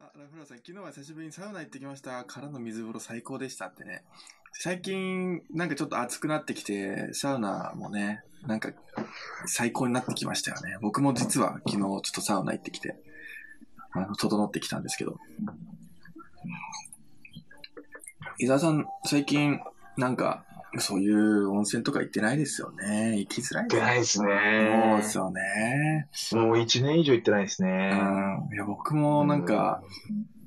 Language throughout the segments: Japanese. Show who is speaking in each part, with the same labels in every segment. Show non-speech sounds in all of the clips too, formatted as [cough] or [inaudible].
Speaker 1: あラフラーさん、昨日は久しぶりにサウナ行ってきました。からの水風呂最高でしたってね。最近、なんかちょっと暑くなってきて、サウナもね、なんか最高になってきましたよね。僕も実は昨日ちょっとサウナ行ってきて、あの、整ってきたんですけど。伊沢さん、最近、なんか、そういう温泉とか行ってないですよね。行きづらい
Speaker 2: 行ってないです
Speaker 1: そうで
Speaker 2: ね。
Speaker 1: すよね。
Speaker 2: もう一年以上行ってないですね。
Speaker 1: うんいや、僕もなんか、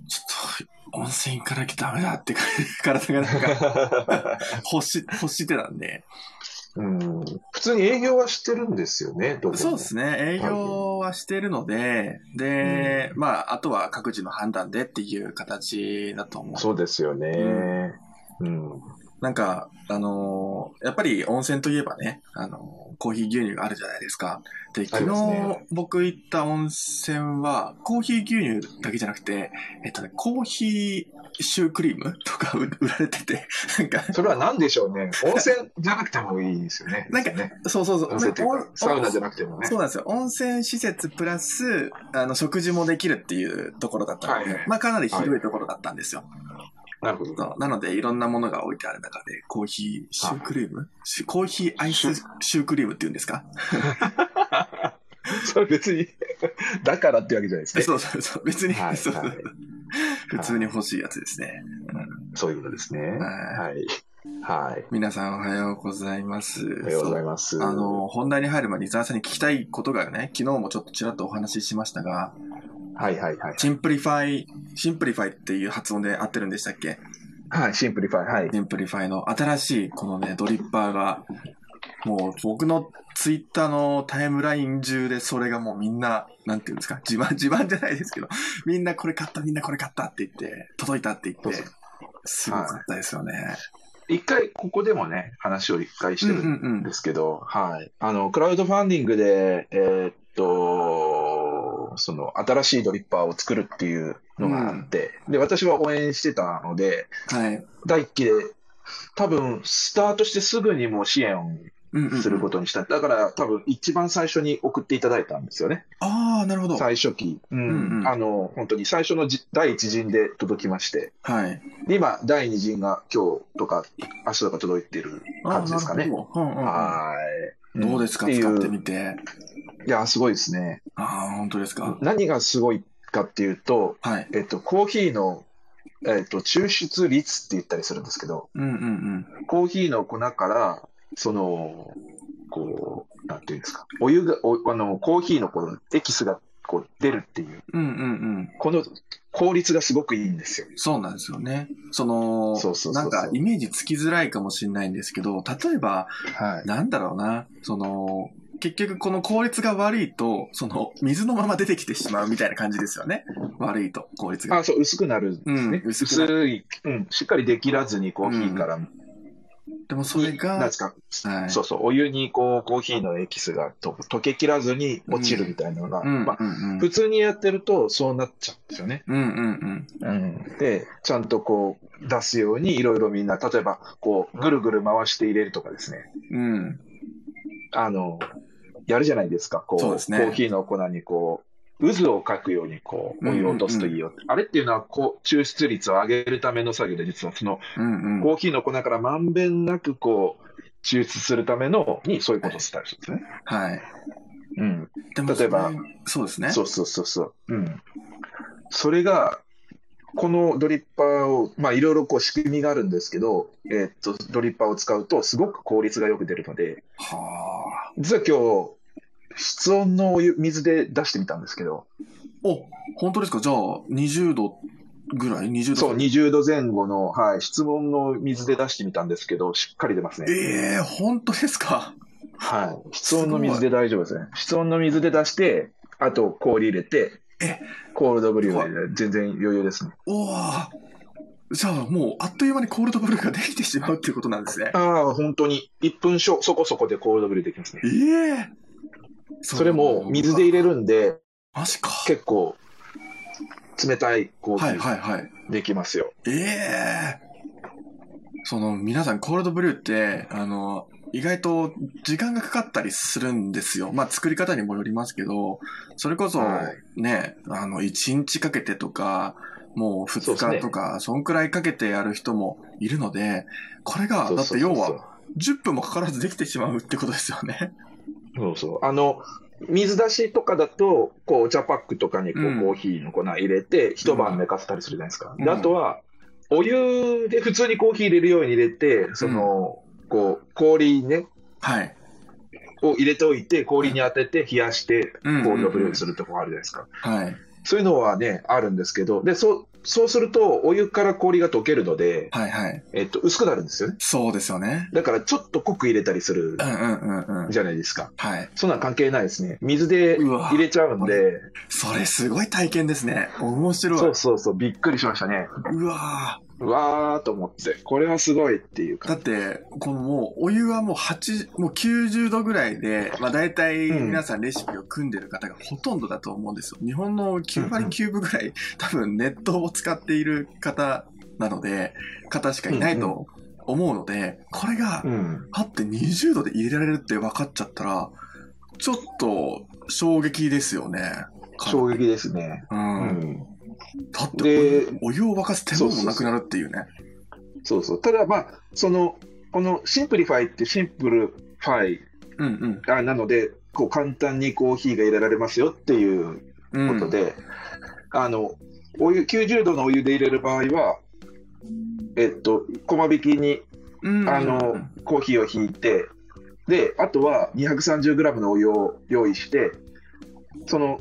Speaker 1: ちょっと、温泉行かなきゃダメだって感じ、体がなん
Speaker 2: [laughs]
Speaker 1: か、欲し、欲してたんで。
Speaker 2: うん、普通に営業はしてるんですよね、どこも
Speaker 1: そうですね、営業はしてるので、で、まあ、あとは各自の判断でっていう形だと思う。
Speaker 2: そうですよね。うん。
Speaker 1: なんか、あのーやっぱり温泉といえばね、あのーコーヒー牛乳があるじゃないですか。で、
Speaker 2: あ
Speaker 1: 昨
Speaker 2: ります
Speaker 1: 日
Speaker 2: ね
Speaker 1: 僕行った温泉は、コーヒー牛乳だけじゃなくて、えっとね、コーヒーシュークリームとか売 [laughs] 売られてて、なんか、
Speaker 2: それは何でしょうね。温泉じゃなくてもいいですよね。
Speaker 1: なんか
Speaker 2: ね、
Speaker 1: そうそうそう。
Speaker 2: 温泉っていう
Speaker 1: お
Speaker 2: か、
Speaker 1: お
Speaker 2: サウナじゃなくてもね
Speaker 1: そ。うなんですよ。温泉施設プラス、あの、食事もできるっていうところだったので、
Speaker 2: はいはい
Speaker 1: まあかなり広いところだったんですよ。
Speaker 2: なるほど。
Speaker 1: そうなので、いろんなものが置いてある中で、コーヒーシュークリームシュコーヒーアイスシュークリームっていうんですか
Speaker 2: それ別に、 [laughs] だからってわけじゃないですね。
Speaker 1: そうそうそう。別に、
Speaker 2: はい
Speaker 1: そう
Speaker 2: はい
Speaker 1: 普通に欲しいやつですね。
Speaker 2: そういうことですね。
Speaker 1: は
Speaker 2: はい。はい。
Speaker 1: 皆さんおはようございます。
Speaker 2: おはようございます。
Speaker 1: あの、本題に入る前に伊沢さんに聞きたいことがね、昨日もちょっとちらっとお話ししましたが、
Speaker 2: はいはいはい。
Speaker 1: シンプリファイ、シンプリファイっていう発音で合ってるんでしたっけ
Speaker 2: はい、シンプリファイ。はい。
Speaker 1: シンプリファイの新しいこのね、ドリッパーが、もう僕のツイッターのタイムライン中でそれがもうみんな、なんていうんですか、自慢、自慢じゃないですけど、みんなこれ買った、みんなこれ買ったって言って、届いたって言っ
Speaker 2: そ
Speaker 1: て
Speaker 2: うそ、
Speaker 1: すごかったですよね。
Speaker 2: 一回、ここでもね、話を一回して
Speaker 1: うん
Speaker 2: るん
Speaker 1: う
Speaker 2: で
Speaker 1: んうん。
Speaker 2: ですけど、はい。あの、クラウドファンディングで、えーっと、その、新しいドリッパーを作るっていうのがあって、で、私は応援してたので、
Speaker 1: はい。
Speaker 2: 第一期で、多分、スタートしてすぐにもう支援を
Speaker 1: うんうん。
Speaker 2: することにした。だから、多分、一番最初に送っていただいたんですよね。
Speaker 1: ああ、なるほど。はい。
Speaker 2: 最初期。うん
Speaker 1: うんうん
Speaker 2: あの、本当に最初のじ第一陣で届きまして、で今、第二陣が今日とか、明日とか届いてる感じですか
Speaker 1: あー
Speaker 2: ね。
Speaker 1: なるほどうんうんうん
Speaker 2: はい。
Speaker 1: どうですか
Speaker 2: ていう
Speaker 1: 使ってみて。
Speaker 2: いや、すごいですね。
Speaker 1: ああ、本当ですか。
Speaker 2: 何がすごいかっていうと、
Speaker 1: はい。
Speaker 2: えっと、コーヒーの、えっと、抽出率って言ったりするんですけど、
Speaker 1: うんうんうん。
Speaker 2: コーヒーの粉から、その、こう、なんていうんですか、お湯が、おあの、コーヒーのこのエキスがこう出るっていう、
Speaker 1: うんうんうん。
Speaker 2: この効率がすごくいいんですよ。
Speaker 1: そうなんですよね。その、
Speaker 2: そうそうそうそう
Speaker 1: なんかイメージつきづらいかもしれないんですけど、例えば、
Speaker 2: はい。
Speaker 1: なんだろうな、その、結局この効率が悪いと、その、水のまま出てきてしまうみたいな感じですよね。悪いと、効率が。
Speaker 2: あ、そう、薄くなるんですね。
Speaker 1: うん薄
Speaker 2: 薄
Speaker 1: くな
Speaker 2: い、うん、しっかりできらずにコーヒーから、
Speaker 1: でもそれ
Speaker 2: なん
Speaker 1: が
Speaker 2: です、か、
Speaker 1: はい
Speaker 2: そうそう、お湯にこう、コーヒーのエキスがと溶けきらずに落ちるみたいなのが、
Speaker 1: うん、うん、
Speaker 2: まあ、
Speaker 1: うん。
Speaker 2: 普通にやってるとそうなっちゃうんですよね。
Speaker 1: うん、うん、うん。
Speaker 2: で、ちゃんとこう出すようにいろいろみんな、例えばこうぐるぐる回して入れるとかですね、
Speaker 1: うん。
Speaker 2: あの、やるじゃないですか、こ
Speaker 1: そう
Speaker 2: う
Speaker 1: ですね
Speaker 2: コーヒーの粉にこう渦を描くようにこうお湯を落とすといいよ、あれっていうのはこう抽出率を上げるための作業で、実はその
Speaker 1: うん、うん。
Speaker 2: コーヒーの粉からまんべんなくこう抽出するためのにそういうことをしたりするんですね。
Speaker 1: はい。
Speaker 2: うん、
Speaker 1: でも
Speaker 2: 例え
Speaker 1: そ
Speaker 2: ば
Speaker 1: れ、そうですね。
Speaker 2: そうそうそうそう。うん。それが、このドリッパーを、まあ、いろいろこう仕組みがあるんですけど、えーっと、ドリッパーを使うと、すごく効率がよく出るので、
Speaker 1: はあ。
Speaker 2: 実は今日、室温のお湯水で出してみたんですけど、
Speaker 1: お、本当ですかじゃあ、20度ぐらい ?20 度
Speaker 2: そう、20度前後の、はい、室温の水で出してみたんですけど、しっかり出ますね。
Speaker 1: ええ本当ですか
Speaker 2: はい。室温の水で大丈夫ですね。室温の水で出して、あと氷入れて
Speaker 1: え、
Speaker 2: コールドブリューで全然余裕ですね。
Speaker 1: おおじゃあもうあっという間にコールドブルーができてしまうっていうことなんですね。
Speaker 2: ああ、本当に。1分しょそこそこでコールドブリューできますね
Speaker 1: え。え
Speaker 2: それも水で入れるんで、
Speaker 1: マジか。
Speaker 2: 結構冷たいコ
Speaker 1: は
Speaker 2: ー
Speaker 1: い
Speaker 2: ヒ
Speaker 1: はいはい。
Speaker 2: ーできますよ。
Speaker 1: ええその皆さんコールドブルーって、あの、意外と時間がかかったりするんですよ。まあ作り方にもよりますけど、それこそ
Speaker 2: は
Speaker 1: ね、あの、1日かけてとか、もう
Speaker 2: そうです
Speaker 1: 2日
Speaker 2: ね
Speaker 1: とか、そんくらいかけてやる人もいるので、これが、
Speaker 2: そう
Speaker 1: だって
Speaker 2: そうそ
Speaker 1: 要
Speaker 2: うそう
Speaker 1: は、10分もかからずできてしまうってことですよね。 [laughs]
Speaker 2: そうそう。あの、水出しとかだと、こう、お茶パックとかにこう、
Speaker 1: うん
Speaker 2: コーヒーの粉入れて、一晩寝かせたりするじゃないですか。
Speaker 1: うん
Speaker 2: であとは、お湯で普通にコーヒー入れるように入れて、その、こう、氷ね、
Speaker 1: はい。
Speaker 2: を入れておいて、氷に当てて冷やして、
Speaker 1: うん
Speaker 2: 氷をブレンドするとこがあるじゃないですか。
Speaker 1: はい。
Speaker 2: そういうのはね、あるんですけど、で、そう、そうすると、お湯から氷が溶けるので、
Speaker 1: はいはい。
Speaker 2: えっと、薄くなるんですよね。
Speaker 1: そうですよね。
Speaker 2: だから、ちょっと濃く入れたりす
Speaker 1: う
Speaker 2: る
Speaker 1: んうんうんうん。
Speaker 2: じゃないですか。
Speaker 1: はい。
Speaker 2: そんなん関係ないですね。水で
Speaker 1: うわ
Speaker 2: 入れちゃうんで、
Speaker 1: それすごい体験ですね。面白い。
Speaker 2: そううそうそう、びっくりしましたね。
Speaker 1: わー
Speaker 2: うわーと思って、これはすごいっていう
Speaker 1: だっ
Speaker 2: 感じ。
Speaker 1: て、このもう、お湯はもう8、もう90度ぐらいで、まあ大体皆さんレシピを組んでる方がほとんどだと思うんですよ。日本の9割9分ぐらい、多分熱湯を使っている方なので、方しかいないと思うので、これが
Speaker 2: う、ん、
Speaker 1: あって20度で入れられるって分かっちゃったら、ちょっと衝撃ですよね。
Speaker 2: 衝撃ですね。
Speaker 1: う。
Speaker 2: うんん、
Speaker 1: だって
Speaker 2: で
Speaker 1: お、お湯を沸かす手間もなくなるっていうね。
Speaker 2: そうそう。ただまあ、その、このシンプリファイってシンプルファイ
Speaker 1: うん
Speaker 2: あなので、こう簡単にコーヒーが入れられますよっていう
Speaker 1: うん。
Speaker 2: ことで、あの、お湯、90度のお湯で入れる場合は、えっと、小引きに
Speaker 1: うん、
Speaker 2: あの、コーヒーを引いて、で、あとは 230g のお湯を用意して、その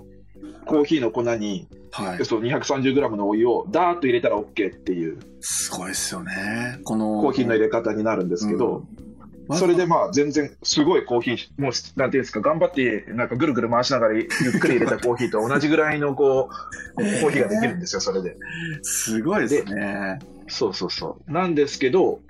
Speaker 2: コーヒーの粉に、
Speaker 1: はい。
Speaker 2: その 230g のお湯をダーッと入れたら OK っていう
Speaker 1: すごいですよね。この。
Speaker 2: コーヒーの入
Speaker 1: れ
Speaker 2: れ方になるんですけ
Speaker 1: う
Speaker 2: ど、、
Speaker 1: ん
Speaker 2: それでまあ全然すごいコーヒー、もうなんていうんですか、頑張ってなんかぐるぐる回しながらゆっくり入れたコーヒーと同じぐらいのこう、
Speaker 1: えー
Speaker 2: コーヒーができるんですよ、それで。
Speaker 1: すごいですね。
Speaker 2: そうそうそう。なんですけど、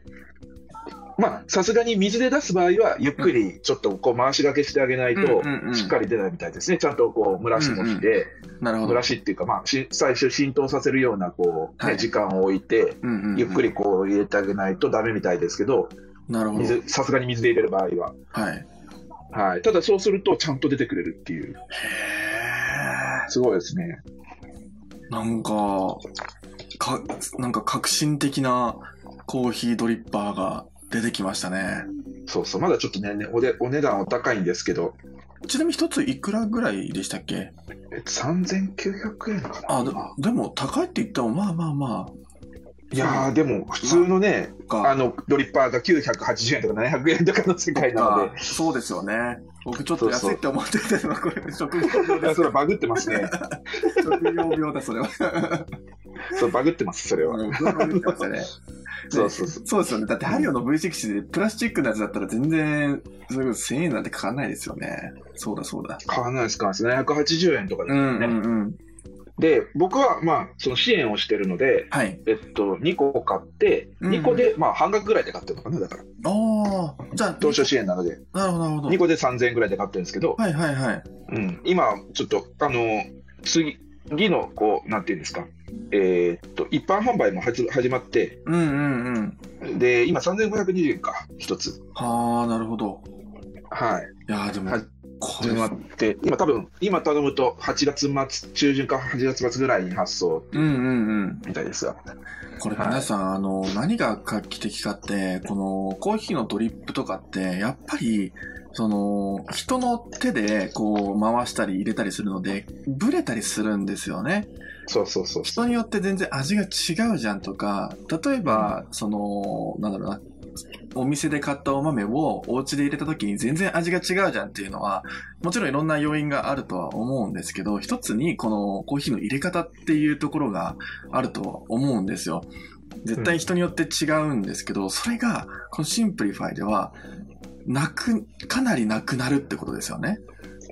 Speaker 2: まあ、さすがに水で出す場合は、ゆっくりちょっとこう回しがけしてあげないと
Speaker 1: うんうんうん、
Speaker 2: しっかり出ないみたいですね。ちゃんとこう、蒸らしもして、
Speaker 1: なるほ
Speaker 2: 蒸
Speaker 1: ど
Speaker 2: ら。しっていうか、まあ、し最初浸透させるような、こう、ね
Speaker 1: はい
Speaker 2: 時間を置いて、
Speaker 1: うんうんうん
Speaker 2: ゆっく。りこう入れてあげないとダメみたいですけど、
Speaker 1: なるほど。
Speaker 2: 水さすがに水で入れる場合は。
Speaker 1: はい。
Speaker 2: はい。ただそうすると、ちゃんと出てくれるっていう。
Speaker 1: へ
Speaker 2: すごいですね。
Speaker 1: ーなんか、か、なんか革新的なコーヒードリッパーが出てきましたね。
Speaker 2: そうそう。まだちょっとね、ねおでお値段お高いんですけど、
Speaker 1: ちなみに一ついくらぐらいでしたっけ
Speaker 2: え3900円かな。
Speaker 1: あ、ででも高いって言っても、まあまあま
Speaker 2: いやー、でも普通のね、
Speaker 1: あ。か
Speaker 2: あのドリッパーが980円とか700円とかの世界なの
Speaker 1: あそうですよね。僕ちょっと安いって思ってたのは、これ、職業病
Speaker 2: で、いや
Speaker 1: です
Speaker 2: [laughs] それはバグってますね。
Speaker 1: 職業病だ、そ
Speaker 2: [laughs]
Speaker 1: れは。
Speaker 2: それバグってます、それは。
Speaker 1: うん僕も見て
Speaker 2: [laughs]
Speaker 1: ましたね
Speaker 2: そうそうそう。
Speaker 1: そうですよね。だって、ハリオの V60 でプラスチックのやつだったら全然、それこそ1000円なんてかかんないですよね。そうだそうだ。
Speaker 2: 買わないです、買わないです。780円とかで
Speaker 1: う
Speaker 2: す
Speaker 1: ん
Speaker 2: よ
Speaker 1: う
Speaker 2: ね。
Speaker 1: んうん。
Speaker 2: で、僕はまあ、その支援をしてるので、
Speaker 1: はい。
Speaker 2: えっと、2個買って、
Speaker 1: うん
Speaker 2: 2個で、まあ、半額ぐらいで買ってるのかな、だから。
Speaker 1: ああ、じゃあ、
Speaker 2: 当初支援なので、
Speaker 1: なるほど、なるほ
Speaker 2: 2
Speaker 1: ど。
Speaker 2: 個で3000円ぐらいで買ってるんですけど、
Speaker 1: はいはいはい。
Speaker 2: うん、今、ちょっと、あの、次、次の、こう、なんていうんですか、えーっと、一般販売も始始まって、
Speaker 1: うんうんうん。
Speaker 2: で、今3520円か、一つ。
Speaker 1: ああ、なるほど。
Speaker 2: はい。
Speaker 1: いやーでも、
Speaker 2: はい
Speaker 1: こ
Speaker 2: 始
Speaker 1: れ
Speaker 2: ま
Speaker 1: は
Speaker 2: っ、て、今多分、今頼むと8月末、中旬か8月末ぐらいに発送
Speaker 1: うんうんうん。
Speaker 2: みたいですが。
Speaker 1: これ
Speaker 2: はい
Speaker 1: 皆さん、あの、何が画期的かって、このコーヒーのドリップとかって、やっぱり、その、人の手でこう回したり入れたりするので、ブレたりするんですよね。
Speaker 2: そうそうそう。
Speaker 1: 人によって全然味が違うじゃんとか、例えば、その、なんだろうな、お店で買ったお豆をお家で入れた時に全然味が違うじゃんっていうのは、もちろんいろんな要因があるとは思うんですけど、一つにこのコーヒーの入れ方っていうところがあるとは思うんですよ。絶対人によって違うんですけど、それが、このシンプリファイでは、なく、かなりなくなるってことですよね。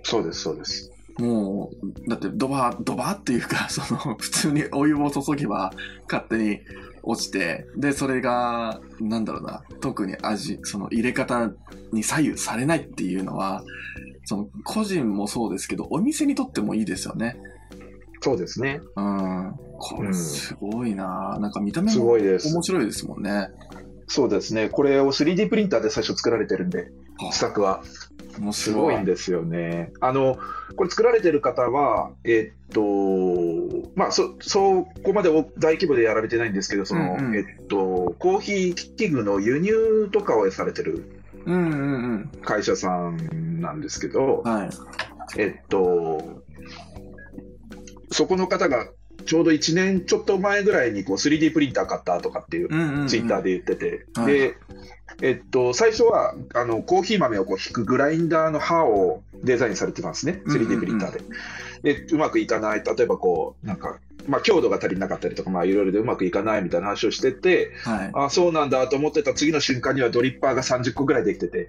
Speaker 2: そうです、そうです。
Speaker 1: もう、だってドバー、ドバーっていうか、 [laughs] その、普通にお湯を注げば勝手に落ちて、で、それが、なんだろうな、特に味、その入れ方に左右されないっていうのは、その、個人もそうですけど、お店にとってもいいですよね。
Speaker 2: そうですね。
Speaker 1: うん。こ
Speaker 2: う
Speaker 1: れ
Speaker 2: ん
Speaker 1: すごいな、なんか見た目
Speaker 2: す
Speaker 1: も
Speaker 2: ごいです。
Speaker 1: 面白いですもんね。
Speaker 2: そうですね。これを 3D プリンターで最初作られてるんで、
Speaker 1: あ
Speaker 2: 試作は。
Speaker 1: 面
Speaker 2: すご
Speaker 1: 白
Speaker 2: いんですよね。あのこれ作られてる方は、えっとまあ、そそこまで大大規模でやられてないんですけどその、
Speaker 1: うんうん
Speaker 2: えっと、コーヒー器具の輸入とかをされてる
Speaker 1: うんうんうん。
Speaker 2: 会社さんなんですけど、
Speaker 1: はい。
Speaker 2: えっと、そこの方がちょうど1年ちょっと前ぐらいにこう 3D プリンター買ったとかっていう
Speaker 1: うんうん、うん。
Speaker 2: ツイッター。で言ってて、
Speaker 1: はい
Speaker 2: で、えっと、最初はあのコーヒー豆をこう引くグラインダーの刃をデザインされてたんですね、
Speaker 1: うんうんうん
Speaker 2: 3D プリンターで。で、うまくいかない、例えばこう、なんか、まあ、強度が足りなかったりとか、まあ、いろいろでうまくいかないみたいな話をしてて、
Speaker 1: はい。
Speaker 2: あそうなんだと思ってた次の瞬間にはドリッパーが30個ぐらいでき
Speaker 1: [laughs]
Speaker 2: てて、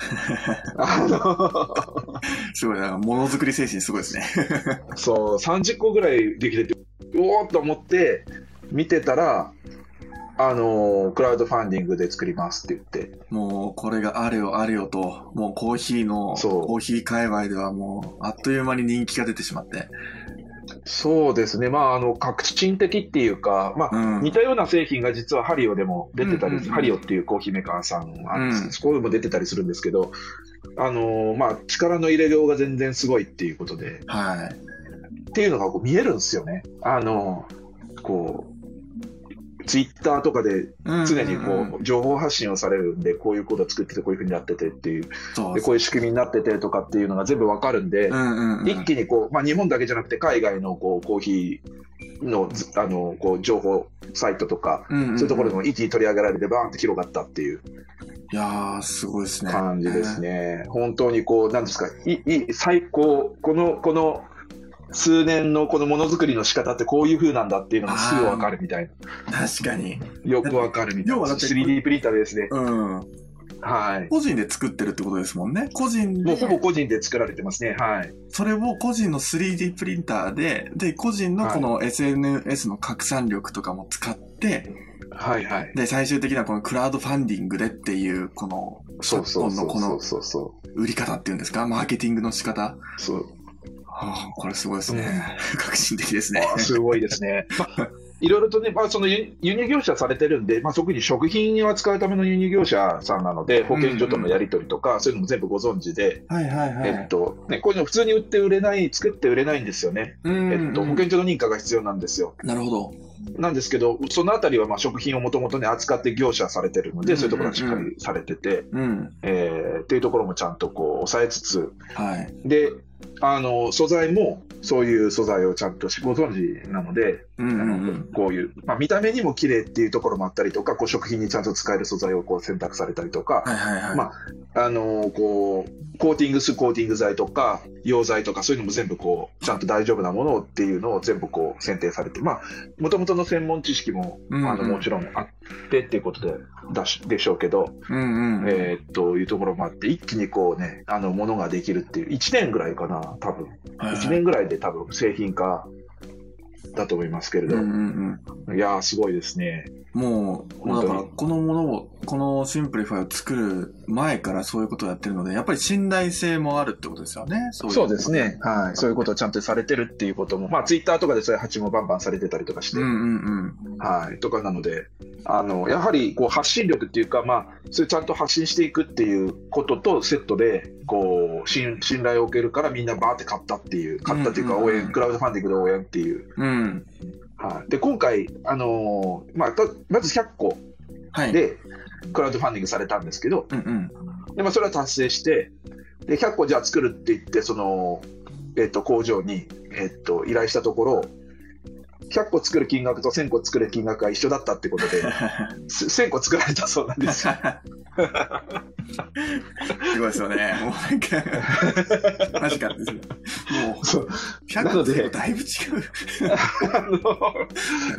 Speaker 2: あの
Speaker 1: すごい、だからものづくり精神すごいですね。
Speaker 2: そう、30個ぐらいできてて、うおーっと思って見てたら、あのクラウドファンディングで作りますって言って、
Speaker 1: もうこれがあれよあれよと、もうコーヒーの、
Speaker 2: そう
Speaker 1: コーヒー界隈ではもうあっという間に人気が出てしまって。
Speaker 2: そうですね、まあ、あの革新的っていうか、まあ
Speaker 1: うん
Speaker 2: 似たような製品が実はハリオでも出てたり、
Speaker 1: うんうんうん
Speaker 2: ハリオっていうコーヒーメーカーさんは、
Speaker 1: うん
Speaker 2: そこでも出てたりするんですけど、あのまあ、力の入れ量が全然すごいっていうことで、
Speaker 1: はい。
Speaker 2: っていうのがこう見えるんですよね。あのこうツイッターとかで常に
Speaker 1: んん
Speaker 2: こ
Speaker 1: ん
Speaker 2: う情報発信をされるんで、こういうことを作ってて、こういうふうになっててっていう、
Speaker 1: そう
Speaker 2: でこういう仕組みになっててとかっていうのが全部わかるんで、
Speaker 1: うんうんうん。
Speaker 2: 一気にこう、まあ、日本だけじゃなくて海外のこうコーヒーのずあのこう情報サイトとか、
Speaker 1: うんうんうん
Speaker 2: そういうところでも一気に取り上げられてバーンって広がったっていう
Speaker 1: いやー、すごいですね。
Speaker 2: 感じですね。本当にこうなんですかいい最高このこの数年のこのものづくりの仕方ってこういう風なんだっていうのがすぐわかるみたいな
Speaker 1: えー。確かに。
Speaker 2: よくわかるみたい
Speaker 1: 要
Speaker 2: な
Speaker 1: はだって
Speaker 2: 3D プリンターですね
Speaker 1: うん。
Speaker 2: はい
Speaker 1: 個人で作ってるってことですもんね。個人
Speaker 2: もう
Speaker 1: で
Speaker 2: ほ、ぼ個人で作られてますねはい
Speaker 1: それを個人の 3D プリンターで、で、個人のこの SNS の拡散力とかも使って、
Speaker 2: はいはい
Speaker 1: で、最終的なこのクラウドファンディングでっていう、この、
Speaker 2: そうそう
Speaker 1: 昨
Speaker 2: そ
Speaker 1: 今のこ
Speaker 2: うそ
Speaker 1: の
Speaker 2: うそうそう
Speaker 1: 売り方っていうんですか、マーケティングの仕方。
Speaker 2: そう
Speaker 1: ああ、これすごいですね。革新的ですね。
Speaker 2: あーすごいですね。 [laughs] まあいろいろとね、まあ、その輸輸入業者されてるんで、まあ、特に食品を扱うための輸入業者さんなので、保健所とのやり取りとか、そういうのも全部ご存知で、
Speaker 1: はいはいは
Speaker 2: えっ。とね、こういうの普通に売って売れない、作って売れないんですよね、
Speaker 1: うん
Speaker 2: えっと、保健所の認可が必要なんですよ。
Speaker 1: なるほど。
Speaker 2: なんですけど、そのあたりはまあ食品をもともと、ね、扱って業者されてるので、そういうところがしっかりされてて、
Speaker 1: うん。
Speaker 2: えーっていうところもちゃんとこう抑えつつ、
Speaker 1: はい。
Speaker 2: であの素材もそういう素材をちゃんとご存知なので。
Speaker 1: うんうん
Speaker 2: あ
Speaker 1: う
Speaker 2: の
Speaker 1: ん。
Speaker 2: こういう、まあ、見た目にも綺麗っていうところもあったりとか、こう食品にちゃんと使える素材をこう選択されたりとか、
Speaker 1: はいはいはい。
Speaker 2: まあのーこうコーティングするコーティング剤とか、溶剤とか、そういうのも全部こう、ちゃんと大丈夫なものをっていうのを全部こう選定されて、まあ、もともとの専門知識も、
Speaker 1: うんうん
Speaker 2: あのもちろんあってっていうことでだしでしょうけど、
Speaker 1: うんうん。
Speaker 2: えーっというところもあって、一気にこうね、あのものができるっていう、1年ぐらいかな、多分
Speaker 1: はいはい
Speaker 2: 1年ぐらいで多分製品化だと思いますけれ
Speaker 1: う
Speaker 2: ど。
Speaker 1: んうん
Speaker 2: いやー、すごいですね。
Speaker 1: うん。もう、もうだから、
Speaker 2: 本当
Speaker 1: このものを、このシンプリファイを作る前からそういうことをやってるので、やっぱり信頼性もあるってことですよね。そい
Speaker 2: そうです。ね。はい。そういうことをちゃんとされてるっていうことも、まあ、ツイッターとかでそういう発信もバンバンされてたりとかして、
Speaker 1: うんうん
Speaker 2: はい。とかなので、あの、やはり、こう、発信力っていうか、まあ、それちゃんと発信していくっていうこととセットで、こう、信信頼を受けるからみんなバーって買ったっていう、買ったっていうか、
Speaker 1: うんうん
Speaker 2: 応
Speaker 1: うん
Speaker 2: 援、クラウドファンディングで応援っていう。
Speaker 1: うん。うん。
Speaker 2: はい。で、今回、あのーまあ、たまず100個
Speaker 1: はい。、
Speaker 2: で、クラウドファンディングされたんですけど、
Speaker 1: うんうん。
Speaker 2: で、まあ、それは達成して、で、100個じゃあ作るって言って、その、えっと、工場に、えっと、依頼したところ、100個作る金額と1000個作る金額が一緒だったってことで、す1000個作られたそうな
Speaker 1: [laughs]
Speaker 2: んですよ。
Speaker 1: すごいですよね。もうなんか、マジかですね。もう、
Speaker 2: そう
Speaker 1: 100
Speaker 2: な
Speaker 1: 個
Speaker 2: の
Speaker 1: で
Speaker 2: で
Speaker 1: もだいぶ違
Speaker 2: あの、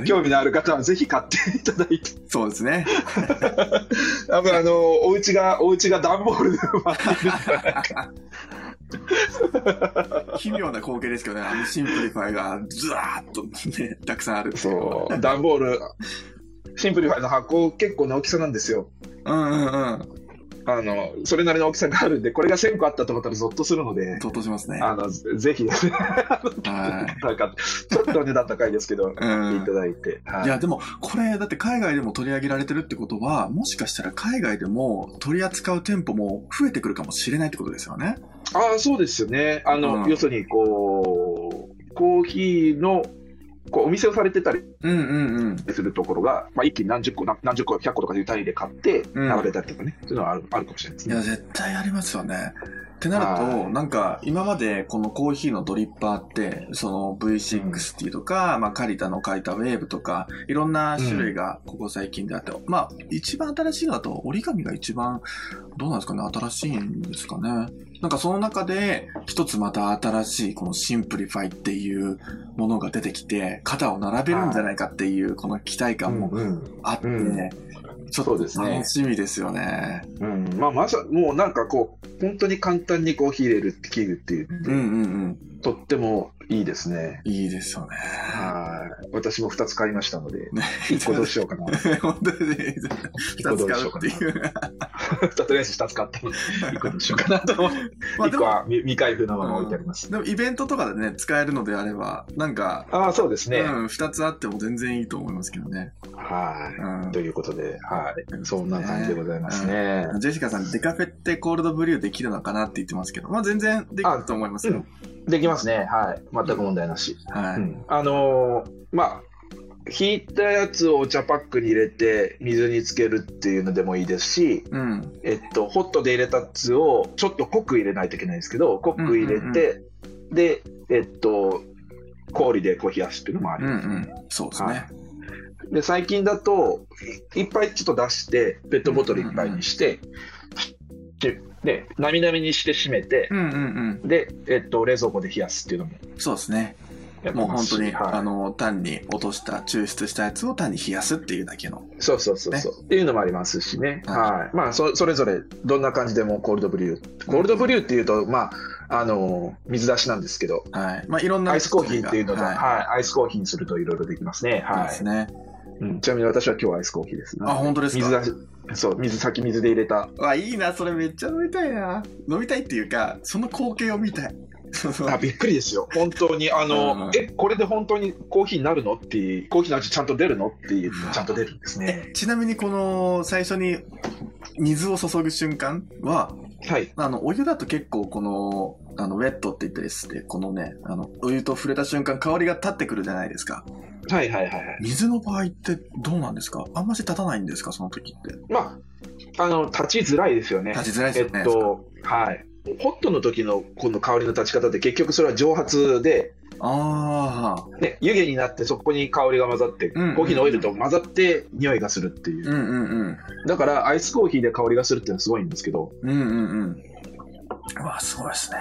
Speaker 1: う。
Speaker 2: 興味のある方はぜひ買っていただいて、
Speaker 1: そうですね。
Speaker 2: 多分あの、お家が、お家が段ボールで埋まってるんじゃないか。
Speaker 1: 奇妙な光景ですけどね、あのシンプリファイがずわーっとね、たくさんある。
Speaker 2: そう、段ボール、シンプリファイの箱、結構な大きさなんですよ。
Speaker 1: うんうんうん。
Speaker 2: あの、それなりの大きさがあるんで、これが1000個あったと思ったらゾッとするので、
Speaker 1: とっとしますね。
Speaker 2: あの、ぜぜひ、
Speaker 1: は
Speaker 2: なんか、ちょっと値段高いです
Speaker 1: [laughs]
Speaker 2: けど、
Speaker 1: い。う
Speaker 2: 買ってい
Speaker 1: ん
Speaker 2: た。だいて。はい
Speaker 1: や、でも、これ、だって海外でも取り上げられてるってことは、もしかしたら海外でも取り扱う店舗も増えてくるかもしれないってことですよね。
Speaker 2: ああ、そうですよね。あの、
Speaker 1: うん
Speaker 2: 要するに、こう、コーヒーの、こう、お店をされてたり
Speaker 1: うんうんうん。
Speaker 2: するところが、まあ、一気に何十個、何何十個、100個とかという単位で買って、
Speaker 1: うん
Speaker 2: 並べたりとかね、そういうのはあるあるかもしれないです
Speaker 1: い
Speaker 2: ね
Speaker 1: や、。絶対ありますよね。ってなる
Speaker 2: は
Speaker 1: と、
Speaker 2: い
Speaker 1: なんか、今までこのコーヒーのドリッパーって、その V60 とか、まあ、カリタの書いたウェーブとか、いろんな種類がここ最近であって、まあ、一番新しいのだと、折り紙が一番、どうなんですかね、新しいんですかね。なんかその中で、一つまた新しい、このシンプリファイっていうものが出てきて、肩を並べるんじゃないかっていう、この期待感も
Speaker 2: うん
Speaker 1: あって、
Speaker 2: うん
Speaker 1: ちょっ
Speaker 2: そう
Speaker 1: と
Speaker 2: ですね
Speaker 1: 楽しみですよね。
Speaker 2: うんうんまあ、まさもうなんかこう、本当に簡単にコーヒー入れる、切るっていう、
Speaker 1: うんうんうん。
Speaker 2: とってもいいですね。
Speaker 1: いいですよね。
Speaker 2: はい。私も2つ買いましたので、
Speaker 1: ね
Speaker 2: 1個どうしようかな。
Speaker 1: 本当に、ね、
Speaker 2: [laughs] 一個どうし
Speaker 1: 使
Speaker 2: よ
Speaker 1: う
Speaker 2: うか
Speaker 1: って
Speaker 2: な。 [laughs]
Speaker 1: いう。
Speaker 2: とりあえず2つ買ったので、1個どうしようかなと思って。
Speaker 1: [laughs] まあ
Speaker 2: 1
Speaker 1: で
Speaker 2: 個
Speaker 1: も、
Speaker 2: は未未開封のまま置いてあります。
Speaker 1: でもイベントとかでね、使えるのであれば、なんか、
Speaker 2: ああ、そうですね。
Speaker 1: うん、二つあっても全然いいと思いますけどね。
Speaker 2: は
Speaker 1: う
Speaker 2: い。
Speaker 1: ん
Speaker 2: と。いうことで、はい。そんな感じでございますね。
Speaker 1: ジェシカさん、デカフェってコールドブリューできるのかなって言ってますけど、まあ全然できると思いますよ。
Speaker 2: できますね。はい。全く問題なし。
Speaker 1: は
Speaker 2: う
Speaker 1: い。
Speaker 2: んあのーまあ、引いたやつをお茶パックに入れて水につけるっていうのでもいいですし、
Speaker 1: うん。
Speaker 2: えっと、ホットで入れたやつをちょっと濃く入れないといけないんですけど、濃く入れて、で、えっと、氷でこう冷やすっていうのもあり
Speaker 1: うんう
Speaker 2: ますね。
Speaker 1: ん。そうですね。
Speaker 2: で最近だといいっぱいちょっと出してペットボトルいっぱいにして、ででなみなみにして締めて
Speaker 1: う、んうんうん。
Speaker 2: で、えっと、冷蔵庫で冷やすっていうのも
Speaker 1: そうですね。
Speaker 2: やって
Speaker 1: もう
Speaker 2: ま
Speaker 1: 本
Speaker 2: すし
Speaker 1: 当に、
Speaker 2: はい
Speaker 1: あの、単に落とした、抽出したやつを単に冷やすっていうだけの。
Speaker 2: そうそうそうそう、っていうのもありますしね、
Speaker 1: はい
Speaker 2: はいまあ、そそれぞれどんな感じでもコールドブリューコールドブリューっていうと、まあ、あの水出しなんですけど
Speaker 1: はい。まあいろんな。
Speaker 2: アイスコーヒーっていうので、はい
Speaker 1: は
Speaker 2: アイスコーヒーにするといろいろできますね,、
Speaker 1: い。いい
Speaker 2: は
Speaker 1: です
Speaker 2: い
Speaker 1: ね。
Speaker 2: うんちなみに私は今日アイスコーヒーです
Speaker 1: あ本当ですか
Speaker 2: 水出しそう水先水で入れた
Speaker 1: わいいなそれめっちゃ飲みたいな飲みたいっていうかその光景を見たいそうそう
Speaker 2: あびっくりですよ、本当に、あ
Speaker 1: うんう
Speaker 2: の
Speaker 1: ん、
Speaker 2: え、これで本当にコーヒーになるのっていう、コーヒーの味ちゃんと出るのっていう
Speaker 1: う、わ
Speaker 2: ちゃんと出るんですね。
Speaker 1: [laughs] えちなみにこの最初に水を注ぐ瞬間は
Speaker 2: はい。
Speaker 1: あのお湯だと結構このあのウェットって言ったりしてこのねあのお湯と触れた瞬間香りが立ってくるじゃないですか
Speaker 2: はいはいはいはい。
Speaker 1: 水の場合ってどうなんですかあんまし立たないんですかその時って
Speaker 2: まあ、あの、立ちづらいですよね。
Speaker 1: 立ちづらいです
Speaker 2: え
Speaker 1: よね
Speaker 2: っと、はい。ホットの時のこの香りの立ち方って結局それは蒸発で、
Speaker 1: ああ
Speaker 2: ね、湯気になってそこに香りが混ざって、
Speaker 1: うんうん
Speaker 2: コーヒーのオイルと混ざって匂いがするっていうう。
Speaker 1: んうんうん
Speaker 2: だからアイスコーヒーで香りがするっていうのはすごいんですけど、
Speaker 1: うんうんうんうわすごいですね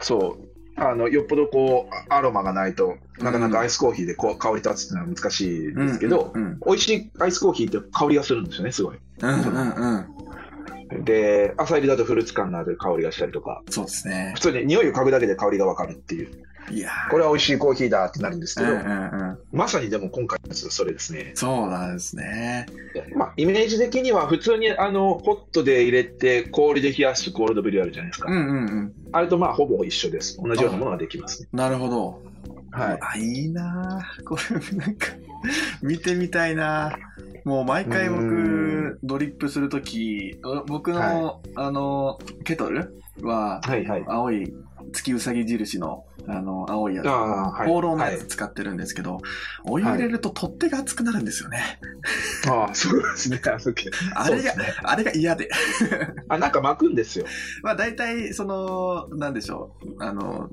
Speaker 2: そう。あのよっぽどこうアロマがないとなかなかアイスコーヒーでこう香り立つっていうのは難しいですけど、
Speaker 1: うん
Speaker 2: 美味しいアイスコーヒーって香りがするんですよね、すごい。
Speaker 1: うんうんうん
Speaker 2: で、朝入りだとフルーツ感のある香りがしたりとか、
Speaker 1: そうですね
Speaker 2: 普通に匂いを嗅ぐだけで香りがわかるっていう、
Speaker 1: いやー
Speaker 2: これは美味しいコーヒーだってなるんですけ
Speaker 1: う
Speaker 2: ど、
Speaker 1: んうんうん
Speaker 2: まさにでも今回のやつはそれですね。
Speaker 1: そうなんですね
Speaker 2: まあ、イメージ的には普通にあの、ホットで入れて氷で冷やすコールドブリューあるじゃないですか。
Speaker 1: うんうんうん。
Speaker 2: あれとまあ、ほぼ一緒です。同じようなものができますね。
Speaker 1: なるほど。
Speaker 2: はい。
Speaker 1: あ、いいなぁこれ、なんか、見てみたいなぁもう毎回
Speaker 2: うー
Speaker 1: 僕、ドリップするとき、お僕の、あの、ケトルは、
Speaker 2: はいはい。
Speaker 1: 青い、月うさぎ印の、あの、青いやつ。
Speaker 2: あーはい
Speaker 1: ホーローのや
Speaker 2: は
Speaker 1: つ使ってるんですけど、お湯入れると取っ手が熱くなるんですよね。
Speaker 2: いああ、そうですね。あそうですね
Speaker 1: あれが、あれが嫌で。
Speaker 2: あ、なんか巻くんですよ。
Speaker 1: まあ大体、その、なんでしょう、あの、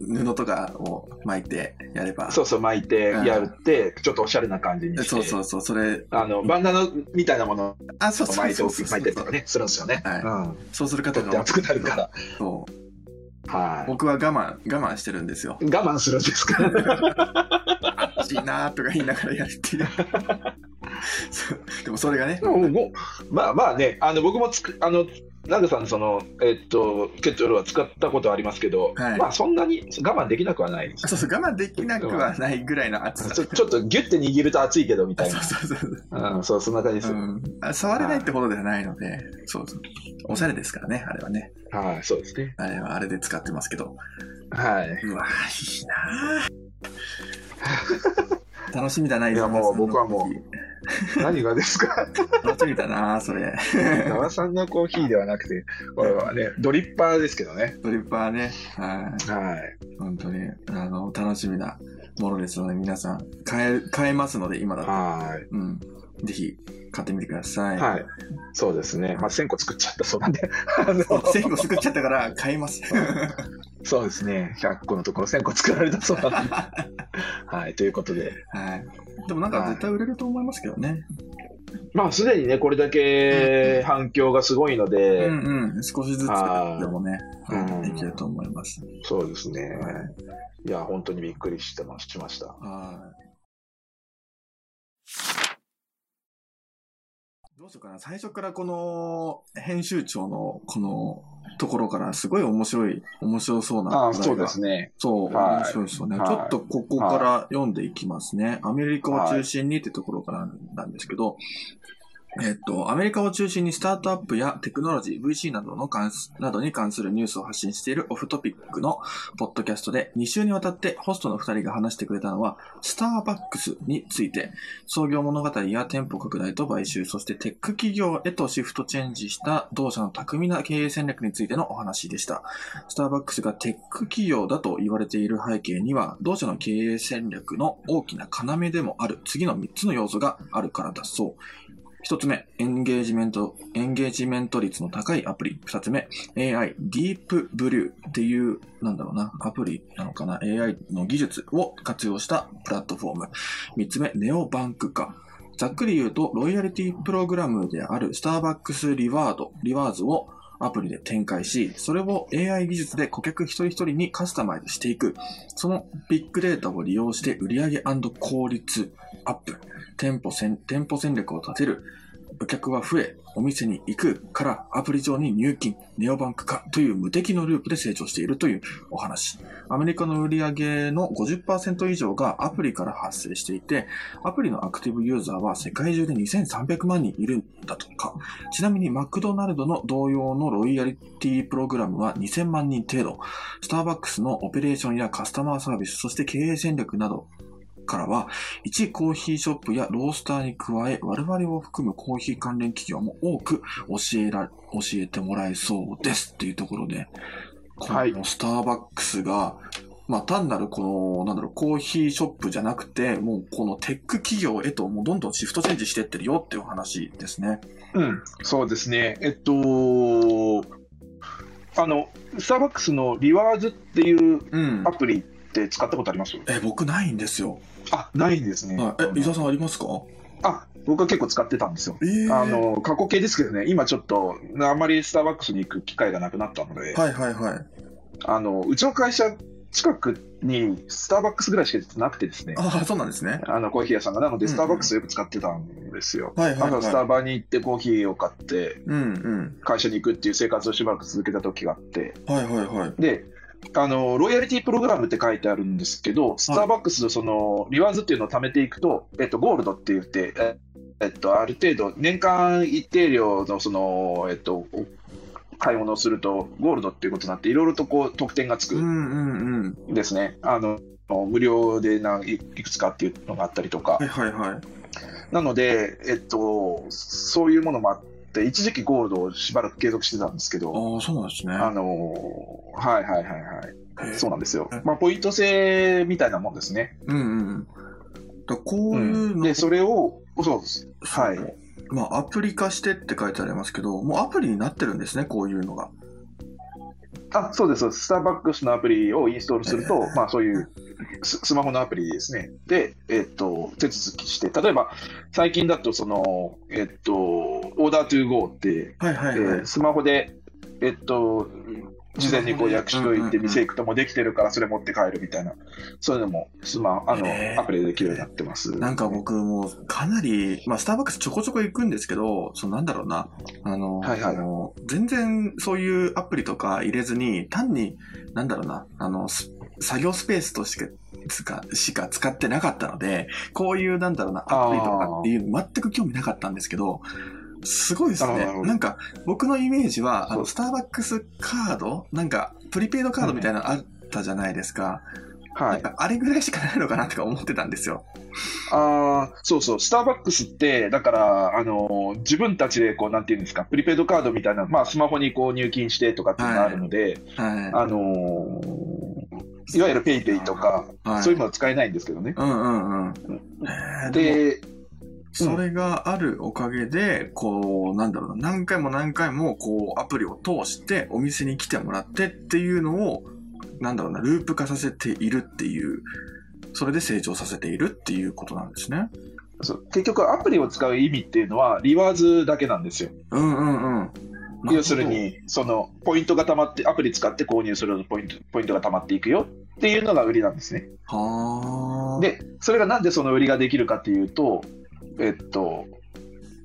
Speaker 1: 布とかを巻いてやれば。
Speaker 2: そうそう、巻いてやるって、ちょっとおしゃれな感じにして。
Speaker 1: そうそうそう、それ、
Speaker 2: あの、バンダナみたいなもの
Speaker 1: あ、そう
Speaker 2: を
Speaker 1: そう
Speaker 2: 巻いて
Speaker 1: そ
Speaker 2: お
Speaker 1: う
Speaker 2: く、
Speaker 1: そう
Speaker 2: 巻いたりとかね、するんですよね。
Speaker 1: はい
Speaker 2: うん。
Speaker 1: そうする
Speaker 2: だ
Speaker 1: 方
Speaker 2: って
Speaker 1: が
Speaker 2: 熱くなるから。
Speaker 1: そう
Speaker 2: は
Speaker 1: 僕は我慢我慢してるんですよ
Speaker 2: い。。我慢するんですか
Speaker 1: 暑いなーとか言いながらやるっていう。そうでもそれがね、
Speaker 2: もうもうまあまあね、あの、僕もつく、あの、ナグさんのその、えっと、ケトルは使ったことありますけど、
Speaker 1: はい
Speaker 2: まあそんなに我慢できなくはないです。
Speaker 1: そうそう我慢できなくはないぐらいの暑さ。
Speaker 2: ち
Speaker 1: そ
Speaker 2: ょ
Speaker 1: う
Speaker 2: ちょっとギュッて握ると熱いけどみたい
Speaker 1: そうそうそう。
Speaker 2: な。うん、そう、そんな感じです。
Speaker 1: うん、あ触れないってほどではないので、そうそう。おしゃれですからね、あれはね。
Speaker 2: はい、そうですね。
Speaker 1: あれはあれで使ってますけど。
Speaker 2: はい。
Speaker 1: うわー、いいなー。楽しみだな、
Speaker 2: いや
Speaker 1: [laughs] 井上さんの
Speaker 2: もう僕はもう
Speaker 1: コーヒ
Speaker 2: 何がです
Speaker 1: [laughs]
Speaker 2: か
Speaker 1: 忘れたな、それ。
Speaker 2: 長さんのコーヒーではなくて、これはね、ドリッパーですけどね。
Speaker 1: ドリッパーね。は
Speaker 2: はい。
Speaker 1: い。本当に、あの、楽しみなものですので、皆さん、買え、買えますので、今だと。
Speaker 2: は
Speaker 1: うん。ぜひ、買ってみてくださ
Speaker 2: い。
Speaker 1: い。 [laughs]
Speaker 2: はい。そうですね。まあ、1000個作っちゃったそうなんで。あの
Speaker 1: 線香作っちゃったから、買います。
Speaker 2: [laughs] そうですね。100個のところ1000個作られたそう
Speaker 1: [laughs]
Speaker 2: なんで。はい。ということで。
Speaker 1: はい。でもなんか絶対売れると思いますけどね。
Speaker 2: まあ、すでにね、これだけ反響がすごいの
Speaker 1: う
Speaker 2: で、
Speaker 1: んうん。少しずつで
Speaker 2: はい
Speaker 1: もね、
Speaker 2: うん
Speaker 1: はいできると思います。
Speaker 2: そうですね。
Speaker 1: はい
Speaker 2: や、本当にびっくりしてましました。
Speaker 1: はい。どうしようかな。最初からこの編集長のこのところからすごい面白い、面白そうな。
Speaker 2: ああ、そうです。ね。
Speaker 1: そう、
Speaker 2: はい
Speaker 1: 面白いですよね。
Speaker 2: はい
Speaker 1: ちょっとここから読んでいきますね。アメリカを中心にってところからなんですけど、えっと、アメリカを中心にスタートアップやテクノロジー、VC などの関す、などに関するニュースを発信しているオフトピックのポッドキャストで2週にわたってホストの2人が話してくれたのは、スターバックスについて、創業物語や店舗拡大と買収、そしてテック企業へとシフトチェンジした同社の巧みな経営戦略についてのお話でした。スターバックスがテック企業だと言われている背景には、同社の経営戦略の大きな要でもある次の3つの要素があるからだそう。1つ目、エンゲージメント、エンゲージメント率の高いアプリ。2つ目、AI、ディープブリューっていう、なんだろうな、アプリなのかな、AI の技術を活用したプラットフォーム。3つ目、ネオバンク化。ざっくり言うと、ロイヤリティプログラムであるスターバックスリワード、リワーズをアプリで展開し、それを AI 技術で顧客一人一人にカスタマイズしていく。そのビッグデータを利用して売上効率アップ。店舗戦、店舗戦略を立てる。顧客は増え、お店に行くからアプリ上に入金、ネオバンク化という無敵のループで成長しているというお話。アメリカの売上の50%以上がアプリから発生していて、アプリのアクティブユーザーは世界中で2300万人いるんだとか、ちなみにマクドナルドの同様のロイヤリティプログラムは2000万人程度、スターバックスのオペレーションやカスタマーサービス、そして経営戦略など、からは、一コーヒーショップやロースターに加え、我々を含むコーヒー関連企業も多く教えら、教えてもらえそうですっていうところで、こ
Speaker 2: はい
Speaker 1: のスターバックスが、まあ単なるこの、なんだろう、コーヒーショップじゃなくて、もうこのテック企業へともうどんどんシフトチェンジしてってるよっていうお話ですね。
Speaker 2: うん、そうですね。えっと、あの、スターバックスのリワーズっていう
Speaker 1: うん
Speaker 2: ア。プリって使ったことあります
Speaker 1: え、僕ないんですよ。
Speaker 2: あ、ないんですね。
Speaker 1: はい。え、伊沢さんありますか
Speaker 2: あ、僕は結構使ってたんですよ。
Speaker 1: ええ
Speaker 2: あの、過去形ですけどね、今ちょっと、あまりスターバックスに行く機会がなくなったので、
Speaker 1: はいはいはい。
Speaker 2: あの、うちの会社近くにスターバックスぐらいしかなくてですね、
Speaker 1: ああ、そうなんですね。
Speaker 2: あの、コーヒー屋さんが、なので、
Speaker 1: うん
Speaker 2: スターバックスをよく使ってたんですよ。
Speaker 1: はいはい
Speaker 2: 朝スタ
Speaker 1: は
Speaker 2: ーバーに行ってコーヒーを買って、
Speaker 1: い。うんうん。
Speaker 2: 会社に行くっていう生活をしばらく続けた時があって、
Speaker 1: はいはいはい。
Speaker 2: で、あの、ロイヤリティプログラムって書いてあるんですけど、スターバックスのその、リワーズっていうのを貯めていくと、えっと、ゴールドって言って、ええっと、ある程度、年間一定量のその、えっと、買い物をすると、ゴールドっていうことになって、いろいろとこう、特典がつ
Speaker 1: う
Speaker 2: くん
Speaker 1: んうんうん。
Speaker 2: ですね。あの、無料でないいくつかっていうのがあったりとか
Speaker 1: は。いはいはい。
Speaker 2: なので、えっと、そういうものもあって、一時期ゴールドをしばらく継続してたんですけど、
Speaker 1: ああ、そうなんですね。
Speaker 2: あのーはいはいはいはい。
Speaker 1: え
Speaker 2: そうなんですよ
Speaker 1: え。
Speaker 2: まあ、ポイント制みたいなもんですね。
Speaker 1: うんうんうん。だこう
Speaker 2: う
Speaker 1: いうの、
Speaker 2: ん、で、それを、そうです。はい。
Speaker 1: まあ、アプリ化してって書いてありますけど、もうアプリになってるんですね、こういうのが。
Speaker 2: あ、そうです。そうですスターバックスのアプリをインストールすると、
Speaker 1: ええ
Speaker 2: まあ、そういうススマホのアプリですね。で、えっと、手続きして、例えば、最近だと、その、えっと、オーダートゥーゴーって、
Speaker 1: はいは
Speaker 2: え
Speaker 1: いはい。
Speaker 2: ースマホで、えっと、事前にこう役所行って店行くともできてるからそれ持って帰るみたいな、そういうのもスマあの、
Speaker 1: ええ
Speaker 2: アプリでできるようになってます。
Speaker 1: なんか僕もうかなり、まあ、スターバックスちょこちょこ行くんですけど、そのなんだろうな、あの、
Speaker 2: はいはい
Speaker 1: あの全然そういうアプリとか入れずに、単に、なんだろうな、あの、す作業スペースとしか、つか、しか使ってなかったので、こういう、なんだろうな、アプリとかっていうの全く興味なかったんですけど、すごいです
Speaker 2: なるほどなる
Speaker 1: ね。
Speaker 2: ほど
Speaker 1: なんか、僕のイメージは、あの、
Speaker 2: そう
Speaker 1: スターバックスカードなんか、プリペイドカードみたいなのあったじゃないですか。
Speaker 2: は
Speaker 1: なん
Speaker 2: い。
Speaker 1: か、あれぐらいしかないのかなとか思ってたんですよ。
Speaker 2: ああそうそう、スターバックスって、だから、あのー自分たちでこう、なんていうんですか、プリペイドカードみたいな、まあ、スマホにこう入金してとかっていうのがあるので、
Speaker 1: は
Speaker 2: あのーいわゆるペイペイとか、
Speaker 1: い。はい、
Speaker 2: そういうのは使えないんですけどね。
Speaker 1: うんうんうん。えーでも、
Speaker 2: で、
Speaker 1: それがあるおかげで、こう、なんだろうな、何回も何回も、こう、アプリを通して、お店に来てもらってっていうのを、なんだろうな、ループ化させているっていう、それで成長させているっていうことなんですね。
Speaker 2: そう結局、アプリを使う意味っていうのは、リワーズだけなんですよ。
Speaker 1: うんうんうん。
Speaker 2: 要するに、その、ポイントがたまって、アプリ使って購入するのポイント、ポイントがたまっていくよっていうのが売りなんですね。
Speaker 1: なるほど。はあ。、
Speaker 2: で、それがなんでその売りができるかっていうと、えっと、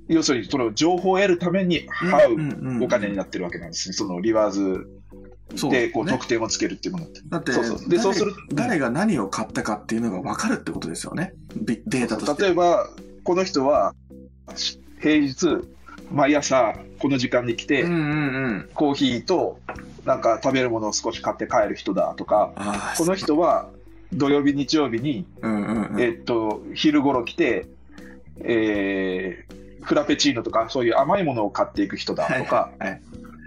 Speaker 2: 要するにその情報を得るために払うお金になってるわけなんですね、そのリワーズ
Speaker 1: そう
Speaker 2: でこう
Speaker 1: ね
Speaker 2: 得点をつけるっていうものって。
Speaker 1: だって、
Speaker 2: そうそうで
Speaker 1: 誰
Speaker 2: そうする
Speaker 1: 誰が何を買ったかっていうのが分かるってことですよね。ビデータとして。
Speaker 2: 例えば、この人はし平日、毎朝この時間に来て、
Speaker 1: うんうんうん。
Speaker 2: コーヒーとなんか食べるものを少し買って帰る人だとか、
Speaker 1: ああ、
Speaker 2: この人は土曜日、日曜日に
Speaker 1: うんうんうん。
Speaker 2: えっと、昼頃来て、えーフラペチーノとか、そういう甘いものを買っていく人だとか、
Speaker 1: はいはい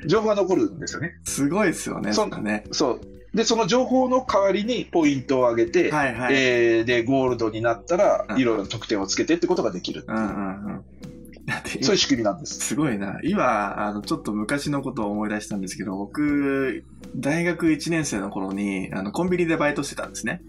Speaker 2: 情報が残るんですよね。
Speaker 1: すごいですよね、
Speaker 2: そ
Speaker 1: そんなね。
Speaker 2: そう。で、その情報の代わりにポイントを上げて、
Speaker 1: はいはい。
Speaker 2: えーで、ゴールドになったら
Speaker 1: う、ん
Speaker 2: いろいろ得点をつけてってことができる。
Speaker 1: うんうんうん。だって
Speaker 2: そういう仕組みなんです。
Speaker 1: すごいな。今、あの、ちょっと昔のことを思い出したんですけど、僕、大学1年生の頃に、あの、コンビニでバイトしてたんですね。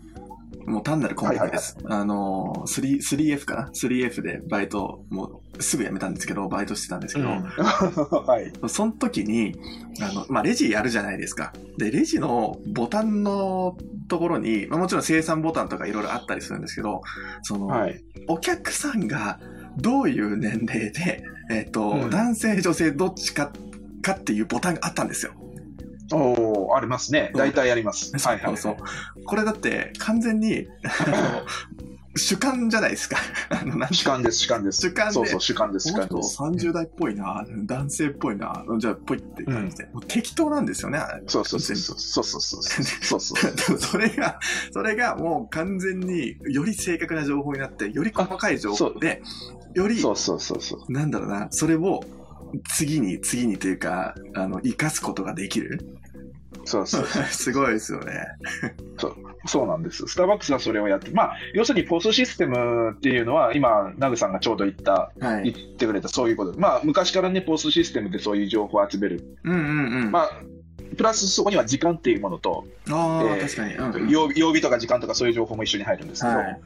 Speaker 1: もう単なるコンビニです。あの、3、3F かな ?3F でバイト、もうすぐ辞めたんですけど、バイトしてたんですけど、
Speaker 2: [laughs] はい。
Speaker 1: その時に、あの、まあ、レジやるじゃないですか。で、レジのボタンのところに、まあ、もちろん生産ボタンとかいろいろあったりするんですけど、その、
Speaker 2: はい。
Speaker 1: お客さんがどういう年齢で、えっ、と、
Speaker 2: うん
Speaker 1: 男性、女性、どっちか、かっていうボタンがあったんですよ。
Speaker 2: おーありますね。大体あります。はいはい。
Speaker 1: そうそう。これだって、完全に、あ [laughs] の、主観じゃないですか。 [laughs] あの、なんて
Speaker 2: 主観です、主観です。
Speaker 1: 主観で
Speaker 2: そうそう、主観です、主
Speaker 1: この
Speaker 2: 観
Speaker 1: 人
Speaker 2: です。
Speaker 1: 30代っぽいな、男性っぽいな、じゃあ、ぽいって感じで。もう適当なんですよね、あれ
Speaker 2: そうそうそうそうそうそうそうそ
Speaker 1: [laughs]
Speaker 2: う。
Speaker 1: それが、それがもう完全により正確な情報になって、より細かい情報で、より、
Speaker 2: そうそうそうそう。
Speaker 1: なんだろうな、それを次に次にというか、あの、生かすことができる。
Speaker 2: そうそう
Speaker 1: [laughs] すごいですよね。
Speaker 2: そうなんです。スターバックスはそれをやって、まあ、要するにポストシステムっていうのは、今、ナグさんがちょうど言った、
Speaker 1: は
Speaker 2: 言
Speaker 1: い。
Speaker 2: ってくれた、そういうこと。まあ、昔からね、ポストシステムでそういう情報を集める。
Speaker 1: うんうんうん。
Speaker 2: まあ、プラスそこには時間っていうものと、
Speaker 1: ああ、
Speaker 2: えー
Speaker 1: 確かに。うんうん、
Speaker 2: 曜曜日とか時間とかそういう情報も一緒に入るんですけど、
Speaker 1: はい。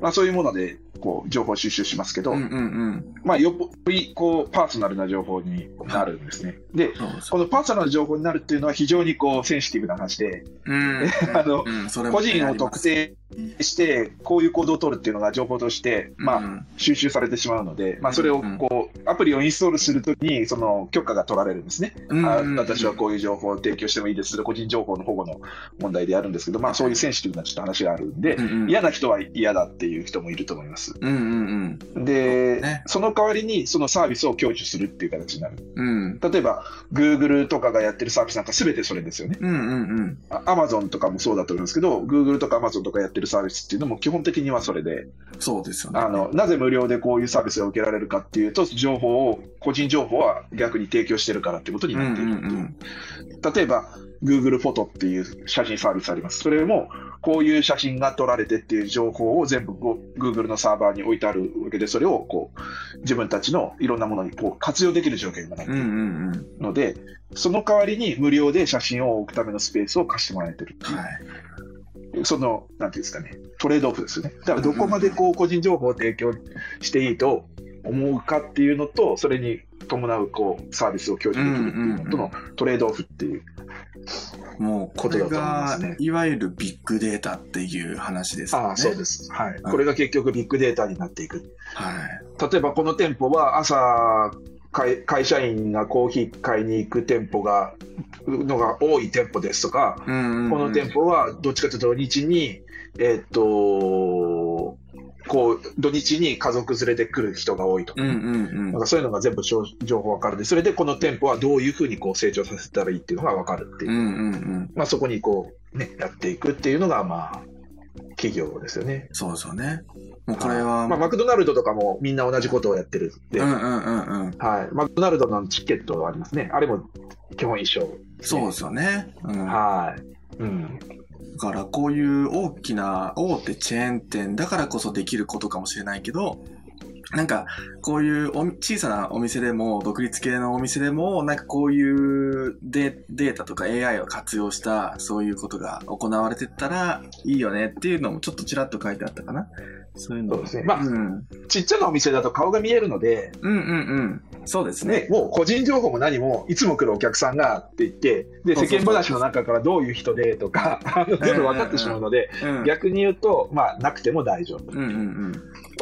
Speaker 2: まあ、そういうもので、こう、情報収集しますけど、
Speaker 1: うんうん
Speaker 2: まあ、よっぽり、こう、パーソナルな情報になるんですね。で、
Speaker 1: うん。
Speaker 2: このパーソナルな情報になるっていうのは非常にこう、センシティブな話で、
Speaker 1: うん。
Speaker 2: あの
Speaker 1: うん、それも
Speaker 2: 個人を特定して、こういう行動を取るっていうのが情報として、ま
Speaker 1: う
Speaker 2: あ、
Speaker 1: ん
Speaker 2: 収集されてしまうので、まあ、それを
Speaker 1: うん
Speaker 2: こう、アプリをインストールするときに、その許可が取られるんですね、
Speaker 1: うん
Speaker 2: あ
Speaker 1: うん
Speaker 2: 私はこういう情報を提供してもいいです、個人情報の保護の問題でやるんですけど、まあ、そういうセンシティブなちょっと話があるんで
Speaker 1: う、んうん、
Speaker 2: 嫌な人は嫌だっていう人もいると思います。
Speaker 1: うんうん
Speaker 2: で、
Speaker 1: ね
Speaker 2: その代わりにそのサービスを享受するっていう形になる。
Speaker 1: うん。うん。
Speaker 2: 例えば、Google とかがやってるサービスなんか全てそれですよね。
Speaker 1: うんうんうん。
Speaker 2: アマゾンとかもそうだと思うんですけど、Google とか Amazon とかやってるサービスっていうのも基本的にはそれで、
Speaker 1: そうですよね。
Speaker 2: あの、なぜ無料でこういうサービスが受けられるかっていうと、情報を、個人情報は逆に提供してるからってことに
Speaker 1: うんう
Speaker 2: なっているっていう。
Speaker 1: ん
Speaker 2: 例えば、Google フォトっていう写真サービスあります。それも、こういう写真が撮られてっていう情報を全部こう Google のサーバーに置いてあるわけで、それをこう、自分たちのいろんなものにこう活用できる状況に今なって
Speaker 1: うん。うん
Speaker 2: いる
Speaker 1: うんうん。
Speaker 2: ので、その代わりに無料で写真を置くためのスペースを貸してもらえてるっていう。
Speaker 1: はい。
Speaker 2: その、なんていうんですかね、トレードオフですよね。だからどこまでこう個人情報を提供していいと思うかっていうのと、それに伴うこうサービスを享受できるっていうのとのトレードオフっていう。
Speaker 1: もう、これ
Speaker 2: ことだと思いま
Speaker 1: が
Speaker 2: すね、
Speaker 1: いわゆるビッグデータっていう話ですよね。
Speaker 2: ああ、そうです。はい。これが結局ビッグデータになっていく。
Speaker 1: はい。
Speaker 2: 例えばこの店舗は朝、会会社員がコーヒー買いに行く店舗が、のが多い店舗ですとか、
Speaker 1: この
Speaker 2: この店舗はどっちかというと土日に、えーっと、こう、土日に家族連れて来る人が多いとか、
Speaker 1: うんうん
Speaker 2: なん
Speaker 1: うん。
Speaker 2: かそういうのが全部情情報わかるんで、それでこの店舗はどういうふうにこう成長させたらいいっていうのがわかるっていうう、
Speaker 1: んうんうん。
Speaker 2: まあそこにこう、ね、やっていくっていうのが、まあ、企業ですよね。
Speaker 1: そうですよね。もうこれは、
Speaker 2: まあ、マクドナルドとかもみんな同じことをやってるんで、
Speaker 1: うんうんうんうん。
Speaker 2: はい、マクドナルドのチケットはありますね。あれも基本一緒、
Speaker 1: そうですよね。うん、だ
Speaker 2: はい。うん。
Speaker 1: からこういう大きな大手チェーン店だからこそできることかもしれないけど、なんかこういうお小さなお店でも独立系のお店でもなんかこういうデデータとか AI を活用したそういうことが行われてったらいいよねっていうのもちょっとちらっと書いてあったかなそういうの
Speaker 2: そうですね。まあ、
Speaker 1: うん、
Speaker 2: ちっちゃなお店だと顔が見えるので、
Speaker 1: うんうんうんそうですね
Speaker 2: ね、もう個人情報も何も、いつも来るお客さんがって言って、
Speaker 1: そ
Speaker 2: で、
Speaker 1: うそうそう
Speaker 2: 世間話の中からどういう人で
Speaker 1: [laughs]
Speaker 2: とか、あの全部分かってしまうので、
Speaker 1: うん
Speaker 2: 逆に言うと、まあ、なくても大丈夫。
Speaker 1: うんうん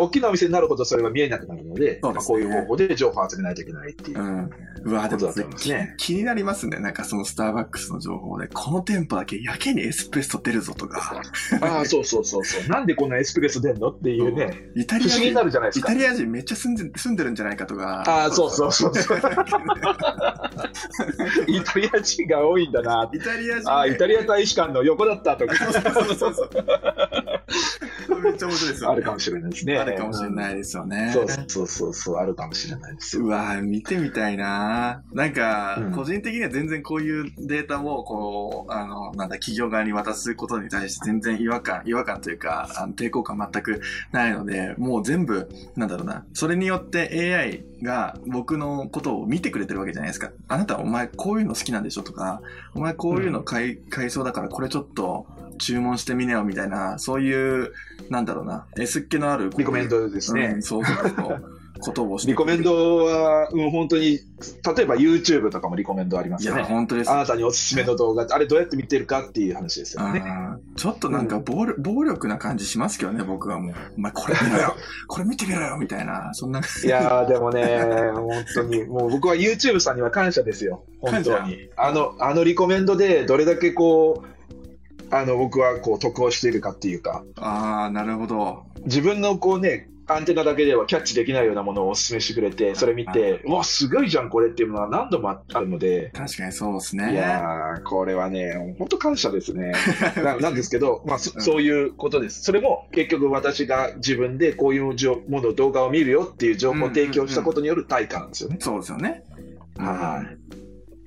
Speaker 2: 大きなお店になるほどそれは見えなくなるので、
Speaker 1: そうですね
Speaker 2: まあこういう方法で情報を集めないといけないっていうう。
Speaker 1: んうんうわで
Speaker 2: こと
Speaker 1: も
Speaker 2: だと思いますね
Speaker 1: 気になりますねなんかそのスターバックスの情報でこの店舗だけやけにエスプレッソ出るぞとか
Speaker 2: ああ、そうそうそうそう。なんでこんなエスプレッソ出んのっていうね、
Speaker 1: イタリ
Speaker 2: 不
Speaker 1: ア
Speaker 2: 思議にな
Speaker 1: 人
Speaker 2: るじゃないです
Speaker 1: イ
Speaker 2: か
Speaker 1: タ。リア人めっちゃ住んで住んでるんじゃないかとか
Speaker 2: ああ、そ
Speaker 1: [laughs]
Speaker 2: うそうそうそう。イタリア人が多いんだな。
Speaker 1: イタリア人
Speaker 2: ああ、イタリア大使館の横だったとか、
Speaker 1: そうそう
Speaker 2: [laughs]
Speaker 1: そうそう。めっちゃ面白いですよ、ね。
Speaker 2: あるかもしれないですね。
Speaker 1: あるかもしれないですよね。
Speaker 2: そうそうそうそう、あるかもしれないですよ。
Speaker 1: うわぁ、見てみたいなぁなんか、
Speaker 2: うん
Speaker 1: 個人的には全然こういうデータを、こう、あの、なんだ、企業側に渡すことに対して全然違和感、違和感というか、あの抵抗感全くないので、もう全部、なんだろうな、それによって AI が僕のことを見てくれてるわけじゃないですか。あなた、お前こういうの好きなんでしょとか、お前こういうの買い、買いそうだからこれちょっと注文してみなよみたいな、そういう、なんだろうな、S っ気のある。
Speaker 2: リコメンドです
Speaker 1: う
Speaker 2: ね
Speaker 1: ん。そうそう
Speaker 2: [laughs]
Speaker 1: そう。ことをして
Speaker 2: リコメンドは、うん、本当に、例えば YouTube とかもリコメンドありま
Speaker 1: い
Speaker 2: すよ
Speaker 1: や、
Speaker 2: ね。
Speaker 1: 本当です
Speaker 2: あ。なたにおすすめの動画、あれどうやって見てるかっていう話ですよね。
Speaker 1: うんちょっとなんか暴力、暴力な感じしますけどね、僕はもう。お前これ見ろ
Speaker 2: [laughs]
Speaker 1: よこれ見てみろよみたいな、そんな。
Speaker 2: いやーでもね、本当に、もう僕は YouTube さんには感謝ですよ、本当
Speaker 1: 感謝
Speaker 2: に。あの、あのリコメンドで、どれだけこう、あの、僕はこう、得をしているかっていうか、
Speaker 1: ああ、なるほど。
Speaker 2: 自分のこうね、アンテナだけではキャッチできないようなものをお勧めしてくれて、それ見て、うわ、すごいじゃん、これっていうのは何度もあるので、
Speaker 1: 確かにそうです
Speaker 2: い
Speaker 1: ね。
Speaker 2: やー、これはね、本当感謝です
Speaker 1: [laughs]
Speaker 2: ね。ななんですけど、まあそ、そういうことです。それも結局私が自分でこういうじょもの、動画を見るよっていう情報を提供したことによる対価なんですよね。
Speaker 1: そうですよね。
Speaker 2: はい
Speaker 1: い。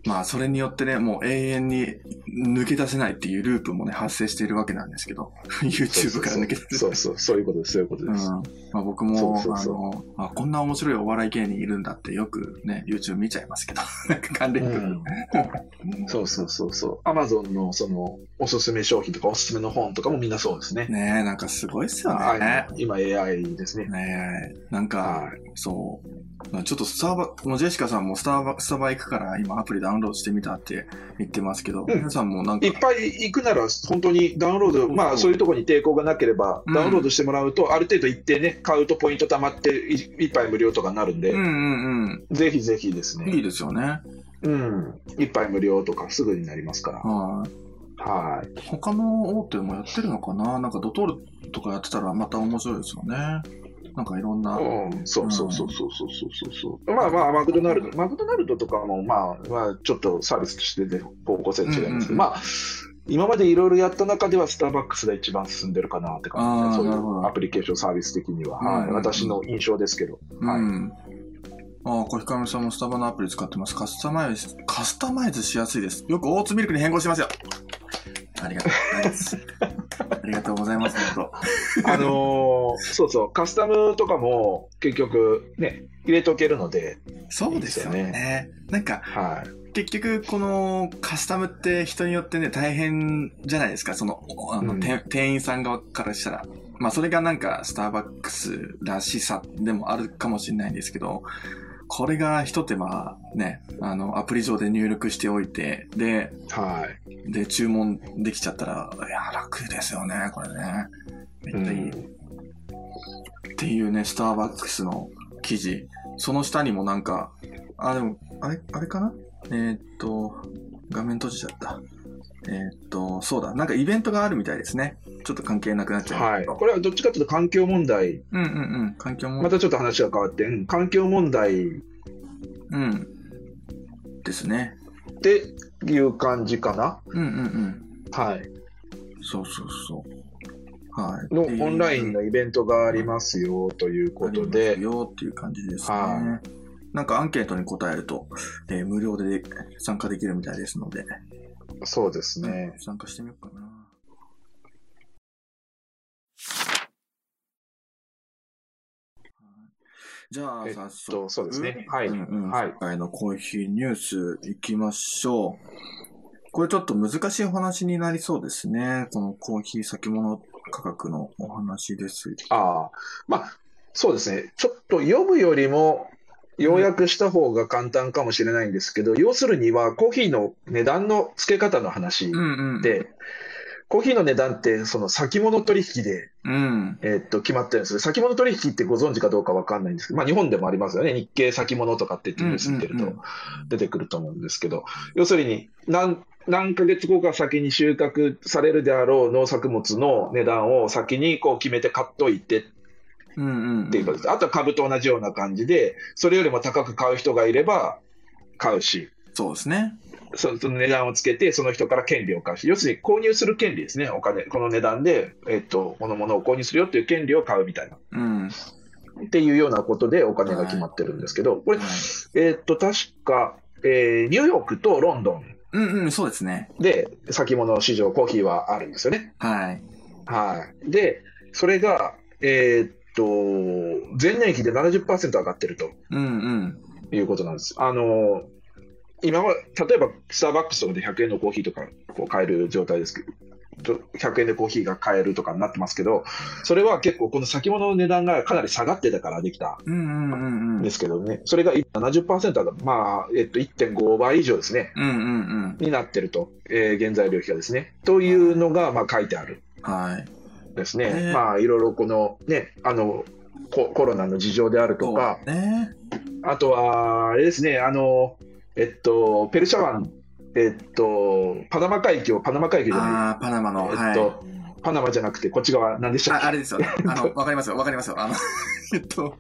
Speaker 1: まあ、それによってね、もう永遠に抜け出せないっていうループもね、発生しているわけなんですけ
Speaker 2: [laughs]
Speaker 1: ど、YouTube から抜け出せない。
Speaker 2: そうそう、そういうことです、そういうこと
Speaker 1: う
Speaker 2: で
Speaker 1: ん
Speaker 2: す。
Speaker 1: まあ、僕も
Speaker 2: そうそうそ
Speaker 1: あのあ、こんな面白いお笑い芸人いるんだってよくね、YouTube 見ちゃいますけど、 [laughs] なんか関連
Speaker 2: う
Speaker 1: 曲、
Speaker 2: んそうそうそうそう。アマゾンのそのおすすめ商品とかおすすめの本とかもみんなそうですね。
Speaker 1: ねえ、なんかすごいっすよね。
Speaker 2: はい今 AI ですね。
Speaker 1: ねえ、なんか
Speaker 2: は、
Speaker 1: そう。ちょっとスターバ、もうジェシカさんもスターバ、スタバ行くから今アプリダウンロードしてみたって言ってますけど、
Speaker 2: うん
Speaker 1: 皆さんもなんか
Speaker 2: い、っぱい行くなら本当にダウンロード、
Speaker 1: うん
Speaker 2: まあそういうところに抵抗がなければ
Speaker 1: うん
Speaker 2: ダウンロードしてもらうとある程度一定ね、買うとポイント貯まってい一杯無料とかになるんで、
Speaker 1: うんうん
Speaker 2: ぜひぜひです
Speaker 1: うん。いい
Speaker 2: ね。
Speaker 1: ですよね。
Speaker 2: うん。一杯無料とかすぐになりますから。
Speaker 1: はい。
Speaker 2: はい。
Speaker 1: 他の大手もやってるのかななんかドトールとかやってたらまた面白いですよね。なんかいろんな。
Speaker 2: うん、そうそうそうそうそうそうそう、うまあまあマクドナルドマクドナルドとかもまあまあちょっとサービスとしてね方向性違いますけど、
Speaker 1: うんうん
Speaker 2: まあ今までいろいろやった中ではスターバックスが一番進んでるかなって感
Speaker 1: あー
Speaker 2: じでそ
Speaker 1: なるほ
Speaker 2: う
Speaker 1: ど
Speaker 2: いうアプリケーションサービス的には、
Speaker 1: うんうん
Speaker 2: はい、私の印象ですけど、はい
Speaker 1: うん。ああ、コヒカミさんもスタバのアプリ使ってます。カスタマイズ、カスタマイズしやすいです。よくオーツミルクに変更しますよ。ありがとうござい [laughs] ます。ありがとうございます、本
Speaker 2: あのーそうそうカスタムとかも結局ね入れとけるので、
Speaker 1: 当。そうですよね。
Speaker 2: いいです
Speaker 1: なんか、
Speaker 2: はい、
Speaker 1: 結局、このカスタムって人によってね、大変じゃないですか。その、あの、
Speaker 2: うん
Speaker 1: て店員さん側からしたら。まあ、それがなんか、スターバックスらしさでもあるかもしれないんですけど、これが一手間ね、あの、アプリ上で入力しておいて、で、
Speaker 2: はい
Speaker 1: で、注文できちゃったら、いや、楽ですよね、これね。めっちゃいい。
Speaker 2: う
Speaker 1: っていうね、スターバックスの記事。その下にもなんか、あ、でも、あれ、あれかなえーっと、画面閉じちゃった。えーっと、そうだ、なんかイベントがあるみたいですね。ちょっと関係なくなっちゃう。
Speaker 2: はい、これはどっちかというと環境問題
Speaker 1: うんうんうん、環境も。
Speaker 2: またちょっと話が変わって、うん環境問題
Speaker 1: うん。ですね。
Speaker 2: っていう感じかな。
Speaker 1: うんうんうん。
Speaker 2: はい。
Speaker 1: そうそうそう。はい。
Speaker 2: のオンラインのイベントがありますよということ
Speaker 1: あ
Speaker 2: で
Speaker 1: ります、よっていう感じですね
Speaker 2: は。
Speaker 1: なんかアンケートに答えると、えー無料で参加できるみたいですので、
Speaker 2: そうですね。
Speaker 1: 参加してみようかな。じゃあ、
Speaker 2: えっ
Speaker 1: 早速。
Speaker 2: と、そうですね。はい。
Speaker 1: うんうん
Speaker 2: はい
Speaker 1: 今回のコーヒーニュースいきましょう。これちょっと難しいお話になりそうですね。このコーヒー先物価格のお話です。
Speaker 2: ああ、まあ、そうですね。ちょっと読むよりも、要約した方が簡単かもしれないんですけど、要するにはコーヒーの値段の付け方の話
Speaker 1: うんうん。、
Speaker 2: で、コーヒーの値段ってその先物取引で、
Speaker 1: うん。
Speaker 2: えっと、決まってるんですけど、先物取引ってご存知かどうかわかんないんですけど、まあ日本でもありますよね。日経先物とかって言ってニュース見てる
Speaker 1: うんうんう
Speaker 2: と出てくると思うんですけど、要するに何、何ヶ月後か先に収穫されるであろう農作物の値段を先にこう決めて買っといて
Speaker 1: うんうん。
Speaker 2: っていうことです。あとは株と同じような感じで、それよりも高く買う人がいれば買うし、
Speaker 1: そうですね。
Speaker 2: そその値段をつけて、その人から権利を買うし、要するに購入する権利ですね、お金、この値段で、えっと、このものを購入するよっていう権利を買うみたいな、
Speaker 1: うん。
Speaker 2: っていうようなことでお金が決まってるんですけど、これ、えっと、確か、えーニューヨークとロンドン
Speaker 1: うんうん、そうですね。
Speaker 2: で先物市場、コーヒーはあるんですよね。
Speaker 1: はい。
Speaker 2: はい。で、それが、えーっと、前年比で70%上がってると。
Speaker 1: うんうん。
Speaker 2: いうことなんです。あの今は例えばスターバックスとかで100円のコーヒーとかこう買える状態ですけど、100円でコーヒーが買えるとかになってますけど、それは結構この先物の値段がかなり下がってたからできた
Speaker 1: うんうんうんうんん。
Speaker 2: ですけどね、それが70%だ、まあ、えっと、1.5倍以上ですね。
Speaker 1: うんうんうん。
Speaker 2: になってると、えー原材料費がですね。というのが、まあ、書いてある
Speaker 1: はい。
Speaker 2: んですね。
Speaker 1: ね
Speaker 2: まあ、いろいろこの、ね、あの、ココロナの事情であるとか、
Speaker 1: そうね。
Speaker 2: あとは、あれですね、あの、えっと、ペルシャ湾、えっと、パナマ海峡、パナマ海峡じゃな
Speaker 1: ああ、パナマの、
Speaker 2: い、え
Speaker 1: は
Speaker 2: っ
Speaker 1: い。
Speaker 2: と、パナマじゃなくて、こっち側、なんでしたっ
Speaker 1: ああれですよね。あ
Speaker 2: [laughs]
Speaker 1: の、わかりますよ、わかりますよ。あの、 [laughs] えっと、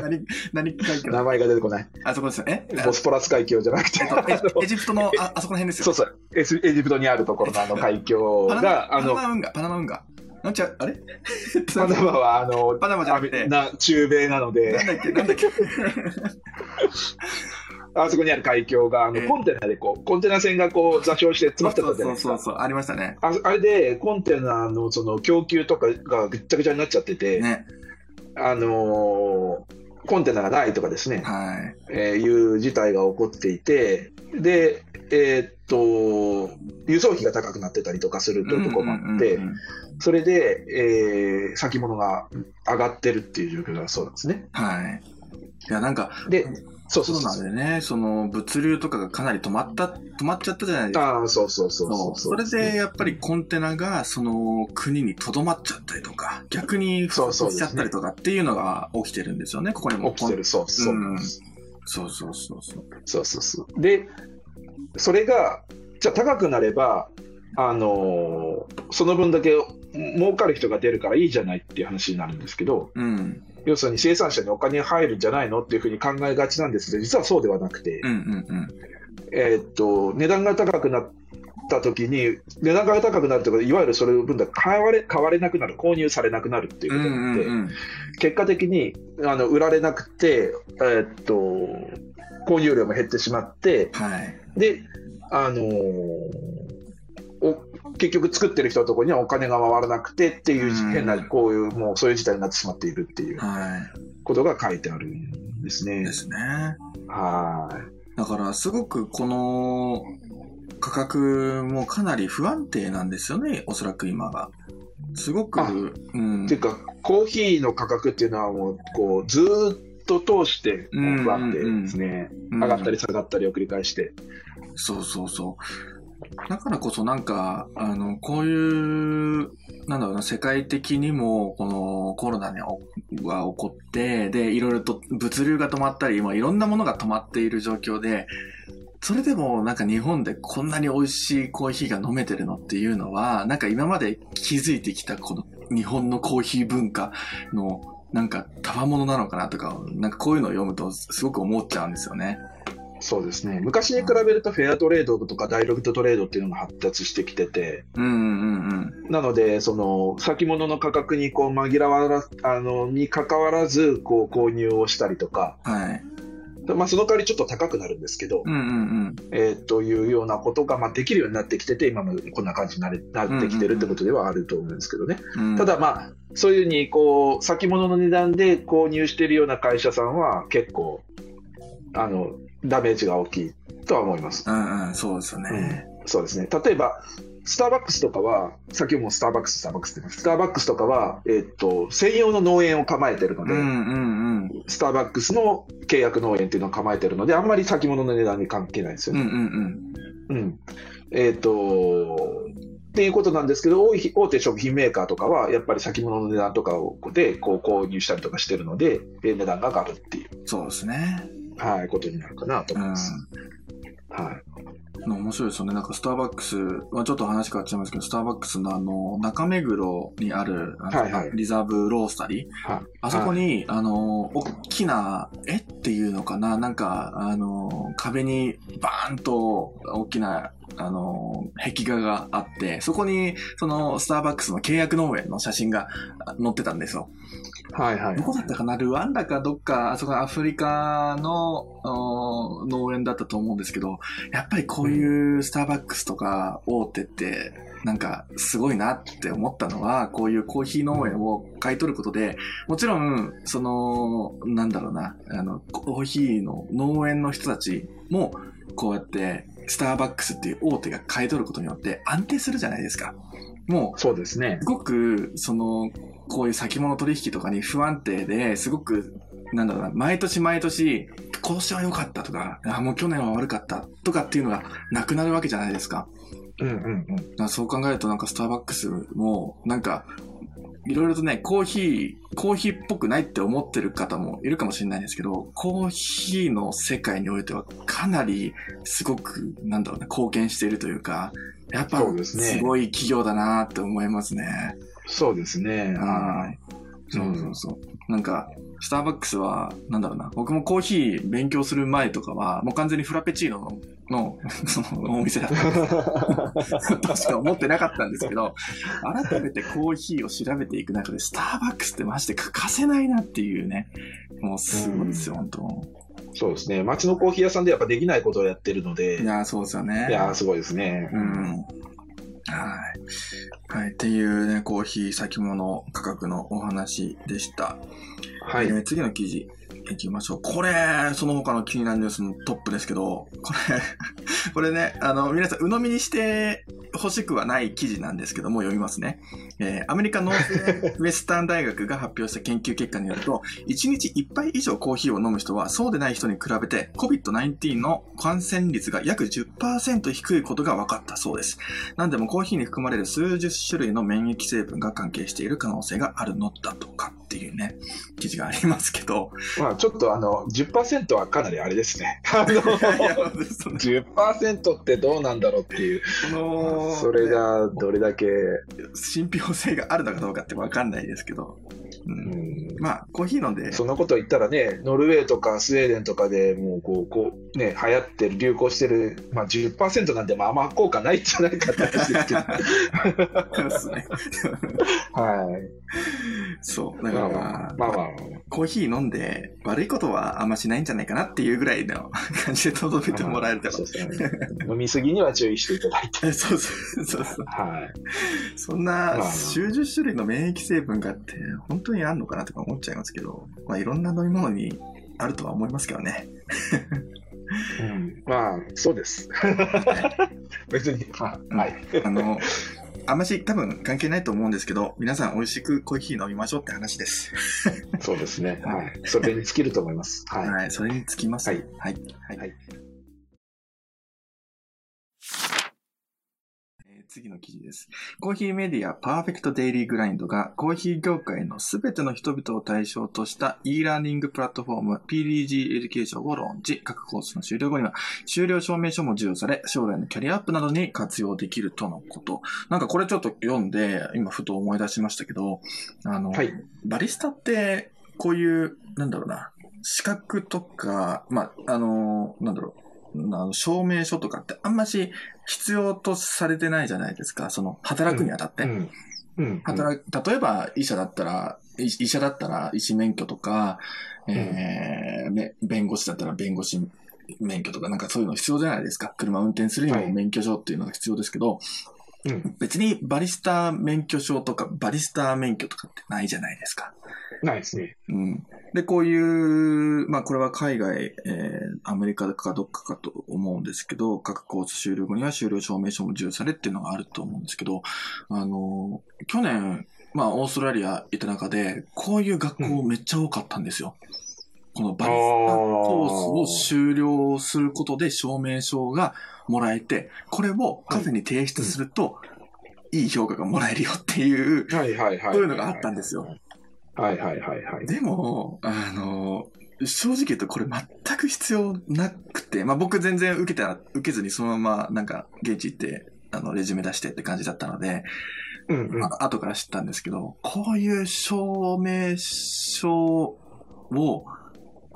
Speaker 1: 何、何海
Speaker 2: け
Speaker 1: 峡
Speaker 2: 名前が出てこない。
Speaker 1: あそこですよね。え
Speaker 2: ボスポラス海峡じゃなくて、あ
Speaker 1: えっと、エ
Speaker 2: の
Speaker 1: エジプトの、あ、あそこら辺です
Speaker 2: そう
Speaker 1: よ。
Speaker 2: そう、エジエジプトにあるところのあの海峡
Speaker 1: パナマ
Speaker 2: が、あ
Speaker 1: パナ
Speaker 2: の、
Speaker 1: マ運河、パナマ運河。なんちゃ、あれ [laughs]
Speaker 2: パナマは、あの、
Speaker 1: パナマじゃなくて、
Speaker 2: な中米なの
Speaker 1: な
Speaker 2: で、
Speaker 1: んだっけ、
Speaker 2: [laughs]
Speaker 1: なんだっけ。
Speaker 2: あそこにある海峡が、あ
Speaker 1: え
Speaker 2: の
Speaker 1: え
Speaker 2: コンテナでこう、コンテナ船がこう座礁して詰まって
Speaker 1: そ
Speaker 2: た
Speaker 1: う
Speaker 2: じゃな
Speaker 1: そ
Speaker 2: いうです
Speaker 1: そうそ
Speaker 2: か。
Speaker 1: う、ありましたね。
Speaker 2: ああれで、コンテナのその供給とかがぐっちゃぐちゃになっちゃってて、
Speaker 1: ね。
Speaker 2: あのーコンテナがないとかですね、
Speaker 1: はい。
Speaker 2: えーいう事態が起こっていて、で、えーっと、輸送費が高くなってたりとかするというところもあって、
Speaker 1: うんうんうんうん
Speaker 2: それで、えー先物が上がってるっていう状況がそうなんですね。
Speaker 1: はい。いや、なんか、
Speaker 2: で、そう
Speaker 1: そ
Speaker 2: そ
Speaker 1: うう
Speaker 2: そう
Speaker 1: なん
Speaker 2: そ
Speaker 1: だ
Speaker 2: う。
Speaker 1: よね。その物流とかがかなり止まった、止まっちゃったじゃないですか。
Speaker 2: ああ、そうそうそう
Speaker 1: そうう
Speaker 2: そ。
Speaker 1: そうれでやっぱりコンテナがその国にとどまっちゃったりとか、逆に不
Speaker 2: そうそう
Speaker 1: 足
Speaker 2: で
Speaker 1: し
Speaker 2: す
Speaker 1: ち
Speaker 2: ね
Speaker 1: ゃったりとかっていうのが起きてるんですよね、ここにも。
Speaker 2: 起きてる、そうそう。
Speaker 1: うんそうそうそうそう。
Speaker 2: そうそうそう。で、それが、じゃあ高くなれば、あのーその分だけ儲かる人が出るからいいじゃないっていう話になるんですけど、
Speaker 1: うん。
Speaker 2: 要するに生産者にお金入るんじゃないのっていうふうに考えがちなんですけど、実はそうではなくて
Speaker 1: うんう、んうん。
Speaker 2: えーっと、値段が高くなった時に、値段が高くなるってことはいわゆるそれの分だけ買われ、買われなくなる、購入されなくなるっていう
Speaker 1: うん
Speaker 2: ことになって、
Speaker 1: うん
Speaker 2: 結果的にあの売られなくて、えーっと、購入量も減ってしまって、
Speaker 1: はい。
Speaker 2: で、あのーお結局作ってる人のところにはお金が回らなくてっていう
Speaker 1: うん
Speaker 2: 変な、こういう、もうそういう事態になってしまっているっていう
Speaker 1: は
Speaker 2: ことが書いてあるんです
Speaker 1: い。
Speaker 2: ね
Speaker 1: で。すね。
Speaker 2: は
Speaker 1: だからすごくこの価格もかなり不安定なんですよね、おそらく今が。すごく、
Speaker 2: あ
Speaker 1: うん
Speaker 2: い。っていうか、コーヒーの価格っていうのはもう、こう、ずーっと通してこう
Speaker 1: うん
Speaker 2: 不安定ですね。
Speaker 1: うん
Speaker 2: 上がったり下がったりを繰り返して。
Speaker 1: そうそうそう。だからこそなんか、あの、こういう、なんだろうな、世界的にも、このコロナね、おが起こって、で、いろいろと物流が止まったり、今いろんなものが止まっている状況で、それでもなんか日本でこんなに美味しいコーヒーが飲めてるのっていうのは、なんか今まで気づいてきたこの日本のコーヒー文化のなんかたわものなのかなとか、なんかこういうのを読むとすごく思っちゃうんですよね。
Speaker 2: そうですね。昔に比べるとフェアトレードとかダイレクトトレードっていうのが発達してきてて、
Speaker 1: うんうんうん。
Speaker 2: なので、その、先物の価格にこう紛らわら、あの、に関わらず、こう購入をしたりとか、
Speaker 1: はい。
Speaker 2: まあその代わりちょっと高くなるんですけど、
Speaker 1: うんうん
Speaker 2: えーというようなことが、まあ、できるようになってきてて、今もこんな感じになれなってきてるってことではあると思うんですけどね。
Speaker 1: うん。うん
Speaker 2: た、だまあ、そういうふうに、こう、先物の値段で購入しているような会社さんは結構、あの、ダメージが大きいとは思います。
Speaker 1: うんうん、そうですよね。
Speaker 2: そうですね。例えば、スターバックスとかは、先ほどもスターバックス、スターバックスって言いますスターバックスとかは、えーっと、専用の農園を構えてるの
Speaker 1: う
Speaker 2: で、
Speaker 1: んうんうん。
Speaker 2: スターバックスの契約農園っていうのを構えてるので、あんまり先物の値段に関係ないですよね
Speaker 1: うんうんうん。
Speaker 2: うん。えっ、と、っていうことなんですけど、大い大手食品メーカーとかは、やっぱり先物の値段とかをでこう購入したりとかしてるので、えー値段が上がるっていう、
Speaker 1: そうですね。
Speaker 2: はい、ことになるかなと
Speaker 1: う
Speaker 2: 思い
Speaker 1: ん
Speaker 2: ます。。はい。
Speaker 1: 面白いですよね。なんかスターバックス、まあ、ちょっと話変わっちゃいますけど、スターバックスのあの、中目黒にある、あの
Speaker 2: はいはい
Speaker 1: リザーブロースタリー。
Speaker 2: はい、
Speaker 1: あそこに、あの、大きな絵っていうのかななんか、あの、壁にバーンと大きな、あの、壁画があって、そこに、その、スターバックスの契約農園の写真があ載ってたんですよ。
Speaker 2: はい、はい
Speaker 1: ど。こだったかなルワンダかどっか、あそこはアフリカのおー農園だったと思うんですけど、やっぱりこういうスターバックスとか大手って、なんかすごいなって思ったのは、こういうコーヒー農園を買い取ることで、もちろん、その、なんだろうな、あの、コーヒーの農園の人たちも、こうやって、スターバックスっていう大手が買い取ることによって安定するじゃないですか。もう、
Speaker 2: そうですね
Speaker 1: す。ごく、その、こういう先物取引とかに不安定で、すごく、なんだろうな、毎年毎年、今年は良かったとか、あもう去年は悪かったとかっていうのがなくなるわけじゃないですか。
Speaker 2: うんうんうん。
Speaker 1: だからそう考えると、なんかスターバックスも、なんか、いろいろとね、コーヒー、コーヒーっぽくないって思ってる方もいるかもしれないですけど、コーヒーの世界においてはかなりすごく、なんだろうな、貢献しているというか、やっぱ
Speaker 2: そう、ですね
Speaker 1: すごい企業だなって思いますね。
Speaker 2: そうですね。
Speaker 1: はい。そうそうそう。なんか、スターバックスは、なんだろうな、僕もコーヒー勉強する前とかは、もう完全にフラペチーノの、 [laughs] そのお店だったとしか思ってなかったんですけ [laughs] ど、改めてコーヒーを調べていく中で、スターバックスってマジで欠かせないなっていうね、もうすごいですよ、本当
Speaker 2: [laughs] そうですね。町のコーヒー屋さんでやっぱできないことをやってるので、
Speaker 1: い
Speaker 2: いや
Speaker 1: やー、そうですよね。
Speaker 2: ーすごいですね。
Speaker 1: うん。はい。はい。っていうね、コーヒー先物価格のお話でした。
Speaker 2: はい
Speaker 1: え。ー次の記事いきましょう。これ、その他の気になるニュースのトップですけど、これ、 [laughs] これね、あの、皆さん鵜呑みにして欲しくはない記事なんですけども、読みますね。えーアメリカノースウェスタン大学が発表した研究結果によると、1日1杯以上コーヒーを飲む人は、そうでない人に比べて COVID-19 の感染率が約10%低いことが分かったそうです。何でもコーヒーに含まれる数十種類の免疫成分が関係している可能性があるのだとかっていうね、記事がありますけ
Speaker 2: [laughs]
Speaker 1: ど。
Speaker 2: まあちょっとあの、10%はかなりあれですね。 [laughs] あの
Speaker 1: いやい
Speaker 2: [laughs]
Speaker 1: や、その
Speaker 2: 10%ってどうなんだろうっていう、
Speaker 1: この
Speaker 2: [laughs] それがどれだけ、
Speaker 1: 信憑性があるのかどうかって分かんないですけど。うん
Speaker 2: うん
Speaker 1: まあ、コーヒー飲んで、
Speaker 2: そんなこと言ったらね、ノルウェーとかスウェーデンとかでもうこう、こうね、流行ってる、流行してる、まあ、10%なんて、まあ、あんま効果ないんじゃないかって話ですけ [laughs] ど、
Speaker 1: そうですね
Speaker 2: はい、
Speaker 1: そう。だから
Speaker 2: まあ
Speaker 1: ま
Speaker 2: まあ、
Speaker 1: あ、
Speaker 2: まあまあ、
Speaker 1: コーヒー飲んで悪いことはあんましないんじゃないかなっていうぐらいの感じで届けてもらえると。
Speaker 2: そ
Speaker 1: そう
Speaker 2: ですね飲みすぎには注意していただいて、
Speaker 1: うそうそうそう。
Speaker 2: はい、
Speaker 1: そん
Speaker 2: あ
Speaker 1: な
Speaker 2: まあ
Speaker 1: 数十種類の免疫成分があって本当にあんのかなとか思っちゃいますけど、まあ、いろんな飲み物にあるとは思いますけどね。
Speaker 2: うんまあ、そ
Speaker 1: [laughs]
Speaker 2: うです。別に、まあ、はい、
Speaker 1: あの、あんまし多分関係ないと思うんですけど、皆さん美味しくコーヒー飲みましょうって話です。
Speaker 2: そうですね、はい、それに尽きると思います。はい
Speaker 1: はい、それにつきます。
Speaker 2: はい。
Speaker 1: はい。
Speaker 2: はい
Speaker 1: えー次の記事です。コーヒーメディアパーフェクトデイリーグラインドがコーヒー業界のすべての人々を対象とした e ラーニングプラットフォーム PDG エデュケーションをローンチ。各コースの終了後には終了証明書も授与され、将来のキャリアアップなどに活用できるとのこと。なんかこれちょっと読んで、今ふと思い出しましたけど、あの、
Speaker 2: はい
Speaker 1: バリスタって、こういう、なんだろうな、資格とか、まあ、あの、なんだろう、あの証明書とかってあんまし必要とされてないじゃないですか。その、働くにあたって。
Speaker 2: うん。うん。
Speaker 1: 働く、例えば医者だったら、医医者だったら医師免許とか、えーめ弁護士だったら弁護士免許とか、なんかそういうの必要じゃないですか。車運転するに
Speaker 2: は
Speaker 1: も
Speaker 2: い
Speaker 1: 免許証っていうのが必要ですけど、
Speaker 2: うん。
Speaker 1: 別にバリスタ免許証とかバリスタ免許とかってないじゃないですか。
Speaker 2: ないですね。
Speaker 1: うん、で、こういう、まあこれは海外、えーアメリカかどっかかと思うんですけど、各コース終了後には終了証明書も授与されっていうのがあると思うんですけど、あの、去年、まあオーストラリア行った中で、こういう学校めっちゃ多かったんですよ。このバリスタコースを終了することで証明書がもらえて、これをカフェに提出すると、いい評価がもらえるよっていう、
Speaker 2: はいはいはい。
Speaker 1: そういうのがあったんですよ。
Speaker 2: はいはいはいはい。
Speaker 1: でも、あの、正直言うとこれ全く必要なくて、まあ僕全然受けたら、受けずにそのままなんか現地行って、あの、レジュメ出してって感じだったので、
Speaker 2: うんうん。
Speaker 1: あの後から知ったんですけど、こういう証明書を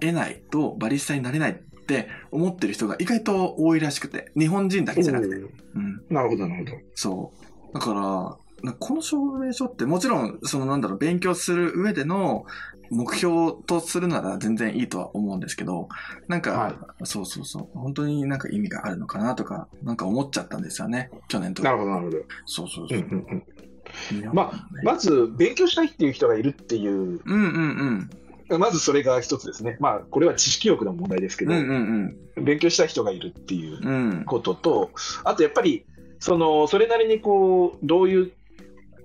Speaker 1: 得ないとバリスタになれないって思ってる人が意外と多いらしくて、日本人だけじゃなくて。うん。
Speaker 2: なるほどなるほど。
Speaker 1: そう。だから、なこの証明書ってもちろん、そのなんだろう、勉強する上での目標とするなら全然いいとは思うんですけど、なんか、
Speaker 2: はい
Speaker 1: そうそうそう、本当になんか意味があるのかなとか、なんか思っちゃったんですよね、去年と
Speaker 2: なるほどなるほど。
Speaker 1: そうそう
Speaker 2: う
Speaker 1: そ
Speaker 2: んう
Speaker 1: う。
Speaker 2: んうん。
Speaker 1: 日本
Speaker 2: まあ、まず、勉強したいっていう人がいるっていう、
Speaker 1: うんうんうん。
Speaker 2: まずそれが一つですね。まあ、これは知識欲の問題ですけ
Speaker 1: う
Speaker 2: ど、
Speaker 1: んうん
Speaker 2: 勉強したい人がいるっていう
Speaker 1: うん。うん。
Speaker 2: ことと、あとやっぱり、その、それなりにこう、どういう、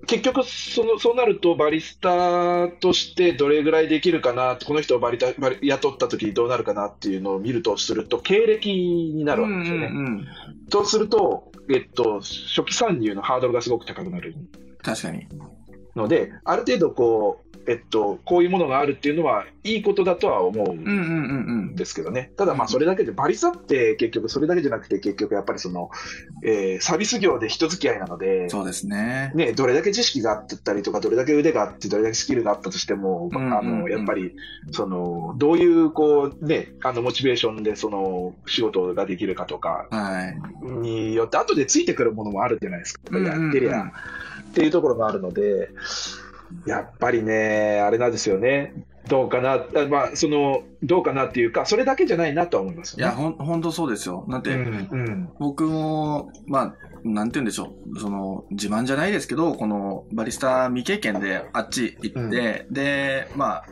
Speaker 2: 結局その、そうなると、バリスタとしてどれぐらいできるかな、この人をバリタバリ雇った時にどうなるかなっていうのを見るとすると、経歴になるわけですよね。
Speaker 1: うんうんうん。
Speaker 2: とすると、えっと、初期参入のハードルがすごく高くなる
Speaker 1: 確かに。
Speaker 2: ので、ある程度こう、えっと、こういうものがあるっていうのは、いいことだとは思う
Speaker 1: うんうんうんうん。
Speaker 2: ですけどね、ただ
Speaker 1: う
Speaker 2: ま
Speaker 1: ん
Speaker 2: あそれだけで、バリサって結局それだけじゃなくて、結局やっぱりその、えーサービス業で人付き合いなので、
Speaker 1: そうですね。
Speaker 2: ね、どれだけ知識があってたりとか、どれだけ腕があって、どれだけスキルがあったとしても、
Speaker 1: うんうんうん
Speaker 2: あのやっぱりその、どういうこう、ね、あのモチベーションでその仕事ができるかとか
Speaker 1: はい。
Speaker 2: によって、後でついてくるものもあるじゃないですか、やってりゃ。
Speaker 1: うんうんうん
Speaker 2: っていうところがあるので、やっぱりね、あれなんですよね、どうかな、あまあ、そのどうかなっていうか、それだけじゃないなとは思います
Speaker 1: い
Speaker 2: よ
Speaker 1: や、
Speaker 2: ね。
Speaker 1: ほん、ほんとそうですよ。だって、
Speaker 2: うんうん
Speaker 1: 僕も、まあ、なんて言うんでしょう。その、自慢じゃないですけど、この、バリスタ未経験であっち行って、で、まあ、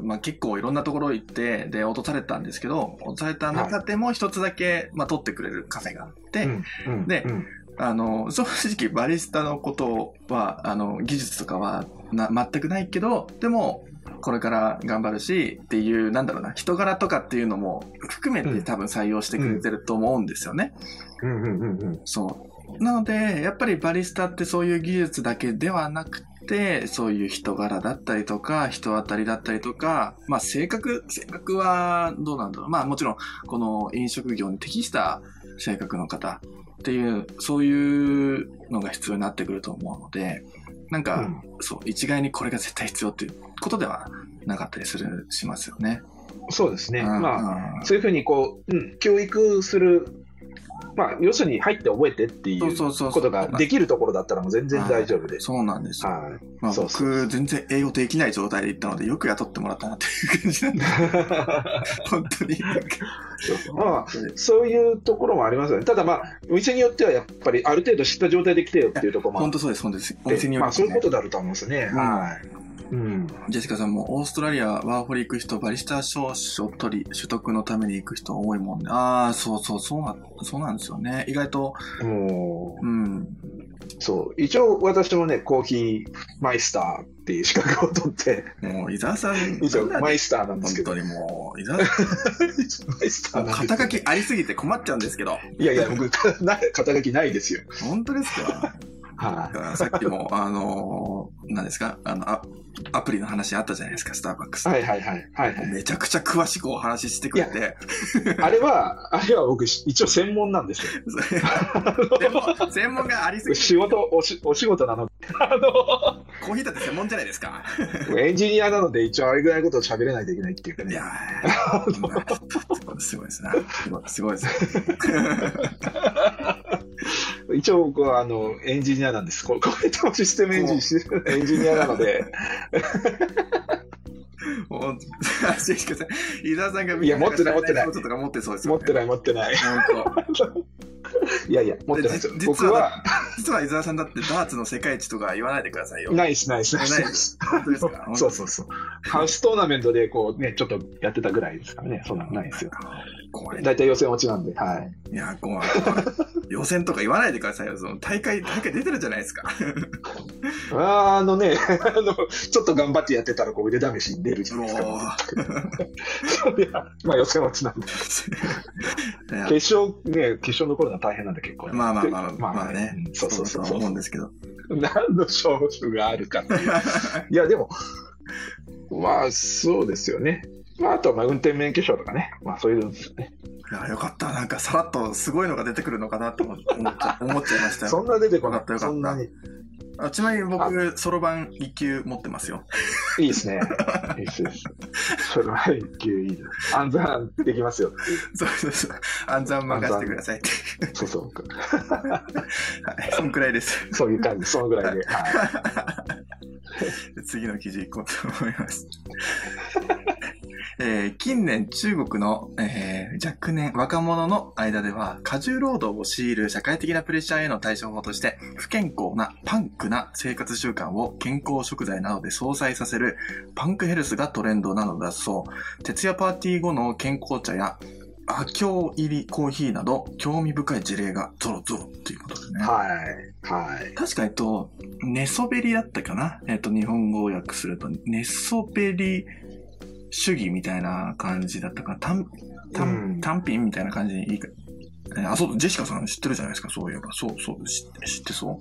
Speaker 1: まあ結構いろんなところ行って、で、落とされたんですけど、落とされた中でも一つだけ、まあ取ってくれるカフェがあって、
Speaker 2: うんうん
Speaker 1: で
Speaker 2: うん
Speaker 1: あの、正直バリスタのことは、あの、技術とかはな全くないけど、でも、これから頑張るしっていう、なんだろうな、人柄とかっていうのも含めて多分採用してくれてると思うんですよね。
Speaker 2: うんうんうんうん
Speaker 1: そう。なので、やっぱりバリスタってそういう技術だけではなくて、そういう人柄だったりとか、人当たりだったりとか、まあ性格、性格はどうなんだろう。まあもちろん、この飲食業に適した性格の方っていう、そういうのが必要になってくると思うので、なんか、そう、一概にこれが絶対必要っていうことではなかったりする、しますよね。
Speaker 2: そうですね、
Speaker 1: うん
Speaker 2: まあ、
Speaker 1: うん
Speaker 2: そういうふうにこう、うん教育する、まあ、要するに入って覚えてってい
Speaker 1: そう
Speaker 2: う
Speaker 1: そうそうそう。
Speaker 2: ことができるところだったら、もう全然大丈夫です。
Speaker 1: そうなんですよ。
Speaker 2: はい
Speaker 1: まあ、
Speaker 2: そうそう
Speaker 1: 僕、全然英語できない状態で行ったので、よく雇ってもらったなっていう感じ
Speaker 2: [laughs]
Speaker 1: なんで、本当に。
Speaker 2: そうそうまあ、そういうところもありますよね。ただまあ、お店によってはやっぱりある程度知った状態で来てよっていうところもあ
Speaker 1: 本
Speaker 2: っ
Speaker 1: 当
Speaker 2: て
Speaker 1: そうです、本当です。お店によ
Speaker 2: まあ、そういうこ
Speaker 1: ね
Speaker 2: とだろうと思いますね。はい。うん。
Speaker 1: ジェシカさんも、オーストラリア、ワーホリ行く人、バリスタ証書取り、取得のために行く人多いもんね。ああ、そうそう、そうな、そうなんですよね。意外と、
Speaker 2: も
Speaker 1: うん。
Speaker 2: う、そう。一応私もね、コーヒーマイスターっていう資格を取って、
Speaker 1: もう、伊沢さん、
Speaker 2: 以上、
Speaker 1: なん
Speaker 2: マ
Speaker 1: で
Speaker 2: イスターなんです
Speaker 1: 本当
Speaker 2: けど、
Speaker 1: にもう、伊沢さ
Speaker 2: マイスター
Speaker 1: ん、
Speaker 2: なんです
Speaker 1: 肩書きありすぎて困っちゃうんですけど、
Speaker 2: いやいや、僕、な肩書きないですよ。
Speaker 1: 本当ですか
Speaker 2: は
Speaker 1: だからさっきも、あのー、何ですか、あの、アアプリの話あったじゃないですか、スターバック
Speaker 2: い
Speaker 1: ス。
Speaker 2: はいはいはいはいはい。
Speaker 1: めちゃくちゃ詳しくお話ししてくれて、
Speaker 2: あれは、あれは僕、一応専門なんですよ。
Speaker 1: 専門専門がありすぎて、
Speaker 2: [laughs] 仕事、おしお仕事なので、あ
Speaker 1: コーヒーだって専門じゃないですか。
Speaker 2: の、エンジニアなので、一応あれぐらいのことを喋れないといけないっていうか
Speaker 1: い
Speaker 2: [laughs] ね。
Speaker 1: やー、すごいですね。すごいですね。
Speaker 2: 一応僕は、あの、エンジニアなんです。ここうい [laughs] ったシステムエンジンシステムエンジニアなの [laughs] で、
Speaker 1: もう、安心してください。伊沢さんが
Speaker 2: いや持ってない持ってない
Speaker 1: 仕事とか持ってそうですよ、
Speaker 2: 持
Speaker 1: ね。
Speaker 2: ってない持ってない。
Speaker 1: 本当
Speaker 2: いやいや、持ってないですよ
Speaker 1: で。じ
Speaker 2: 僕は、
Speaker 1: 実は伊沢さんだってダーツの世界一とか言わないでくださいよ。
Speaker 2: ないです、ないです、
Speaker 1: な
Speaker 2: ないい
Speaker 1: で
Speaker 2: ですす。
Speaker 1: 本当ですか
Speaker 2: [laughs] そうそうそう。ハウストーナメントで、こうね、ちょっとやってたぐらいですからね。そんなのないですよ。
Speaker 1: 怖い。
Speaker 2: 大体予選落ちなんで、はい。
Speaker 1: いや、怖い。怖い予選とか言わないでくださいよ。その大会、大会出てるじゃないですか。
Speaker 2: あーあのね、 [laughs] あの、ちょっと頑張ってやってたら、こう、腕試しに出るじゃ
Speaker 1: も
Speaker 2: な
Speaker 1: う
Speaker 2: いですか。いや [laughs] まあ予選落ちなんで。
Speaker 1: いや
Speaker 2: 決勝、ね、決勝の頃は大変なんで結構ね。
Speaker 1: まあまあまあ
Speaker 2: で
Speaker 1: まあまあね。
Speaker 2: うんそうそうそう
Speaker 1: だと思うんですけど。
Speaker 2: [laughs] 何の勝負があるかって [laughs] いう。いや、でも、まあ、そうですよね。まあ、あとは、まあ、運転免許証とかね。まあ、そういうのですよね。
Speaker 1: いや、よかった。なんかさらっとすごいのが出てくるのかなと思っ思っちゃ思っちゃいました
Speaker 2: そん
Speaker 1: よ。
Speaker 2: な出てこな
Speaker 1: よか
Speaker 2: か
Speaker 1: ったよかった
Speaker 2: った。そんなに。
Speaker 1: あちなみに僕、そろばん1級持ってますよ。
Speaker 2: いいです [laughs] ね。いいですね。それは一級いいです。暗算できますよ。
Speaker 1: そうそうそう。暗算任せてくださいって。
Speaker 2: そうそう。
Speaker 1: はい。そんくらいです。
Speaker 2: そういう感じ。そのぐらいで。はい
Speaker 1: 次の記事行こうと思います。 [laughs] えー近年中国の、えー若年若者の間では過重労働を強いる社会的なプレッシャーへの対処法として不健康なパンクな生活習慣を健康食材などで相殺させるパンクヘルスがトレンドなのだそう徹夜パーティー後の健康茶や亜強入りコーヒーなど興味深い事例がゾロゾロということですね。
Speaker 2: はい。はい。
Speaker 1: 確か、えっと、寝そべりだったかなえっと、日本語を訳すると、寝そべり主義みたいな感じだったかな単
Speaker 2: う
Speaker 1: 単
Speaker 2: ん
Speaker 1: 単品みたいな感じにいいか。えあ、そう、ジェシカさん知ってるじゃないですか、そういえば。そうそう、知って知ってそ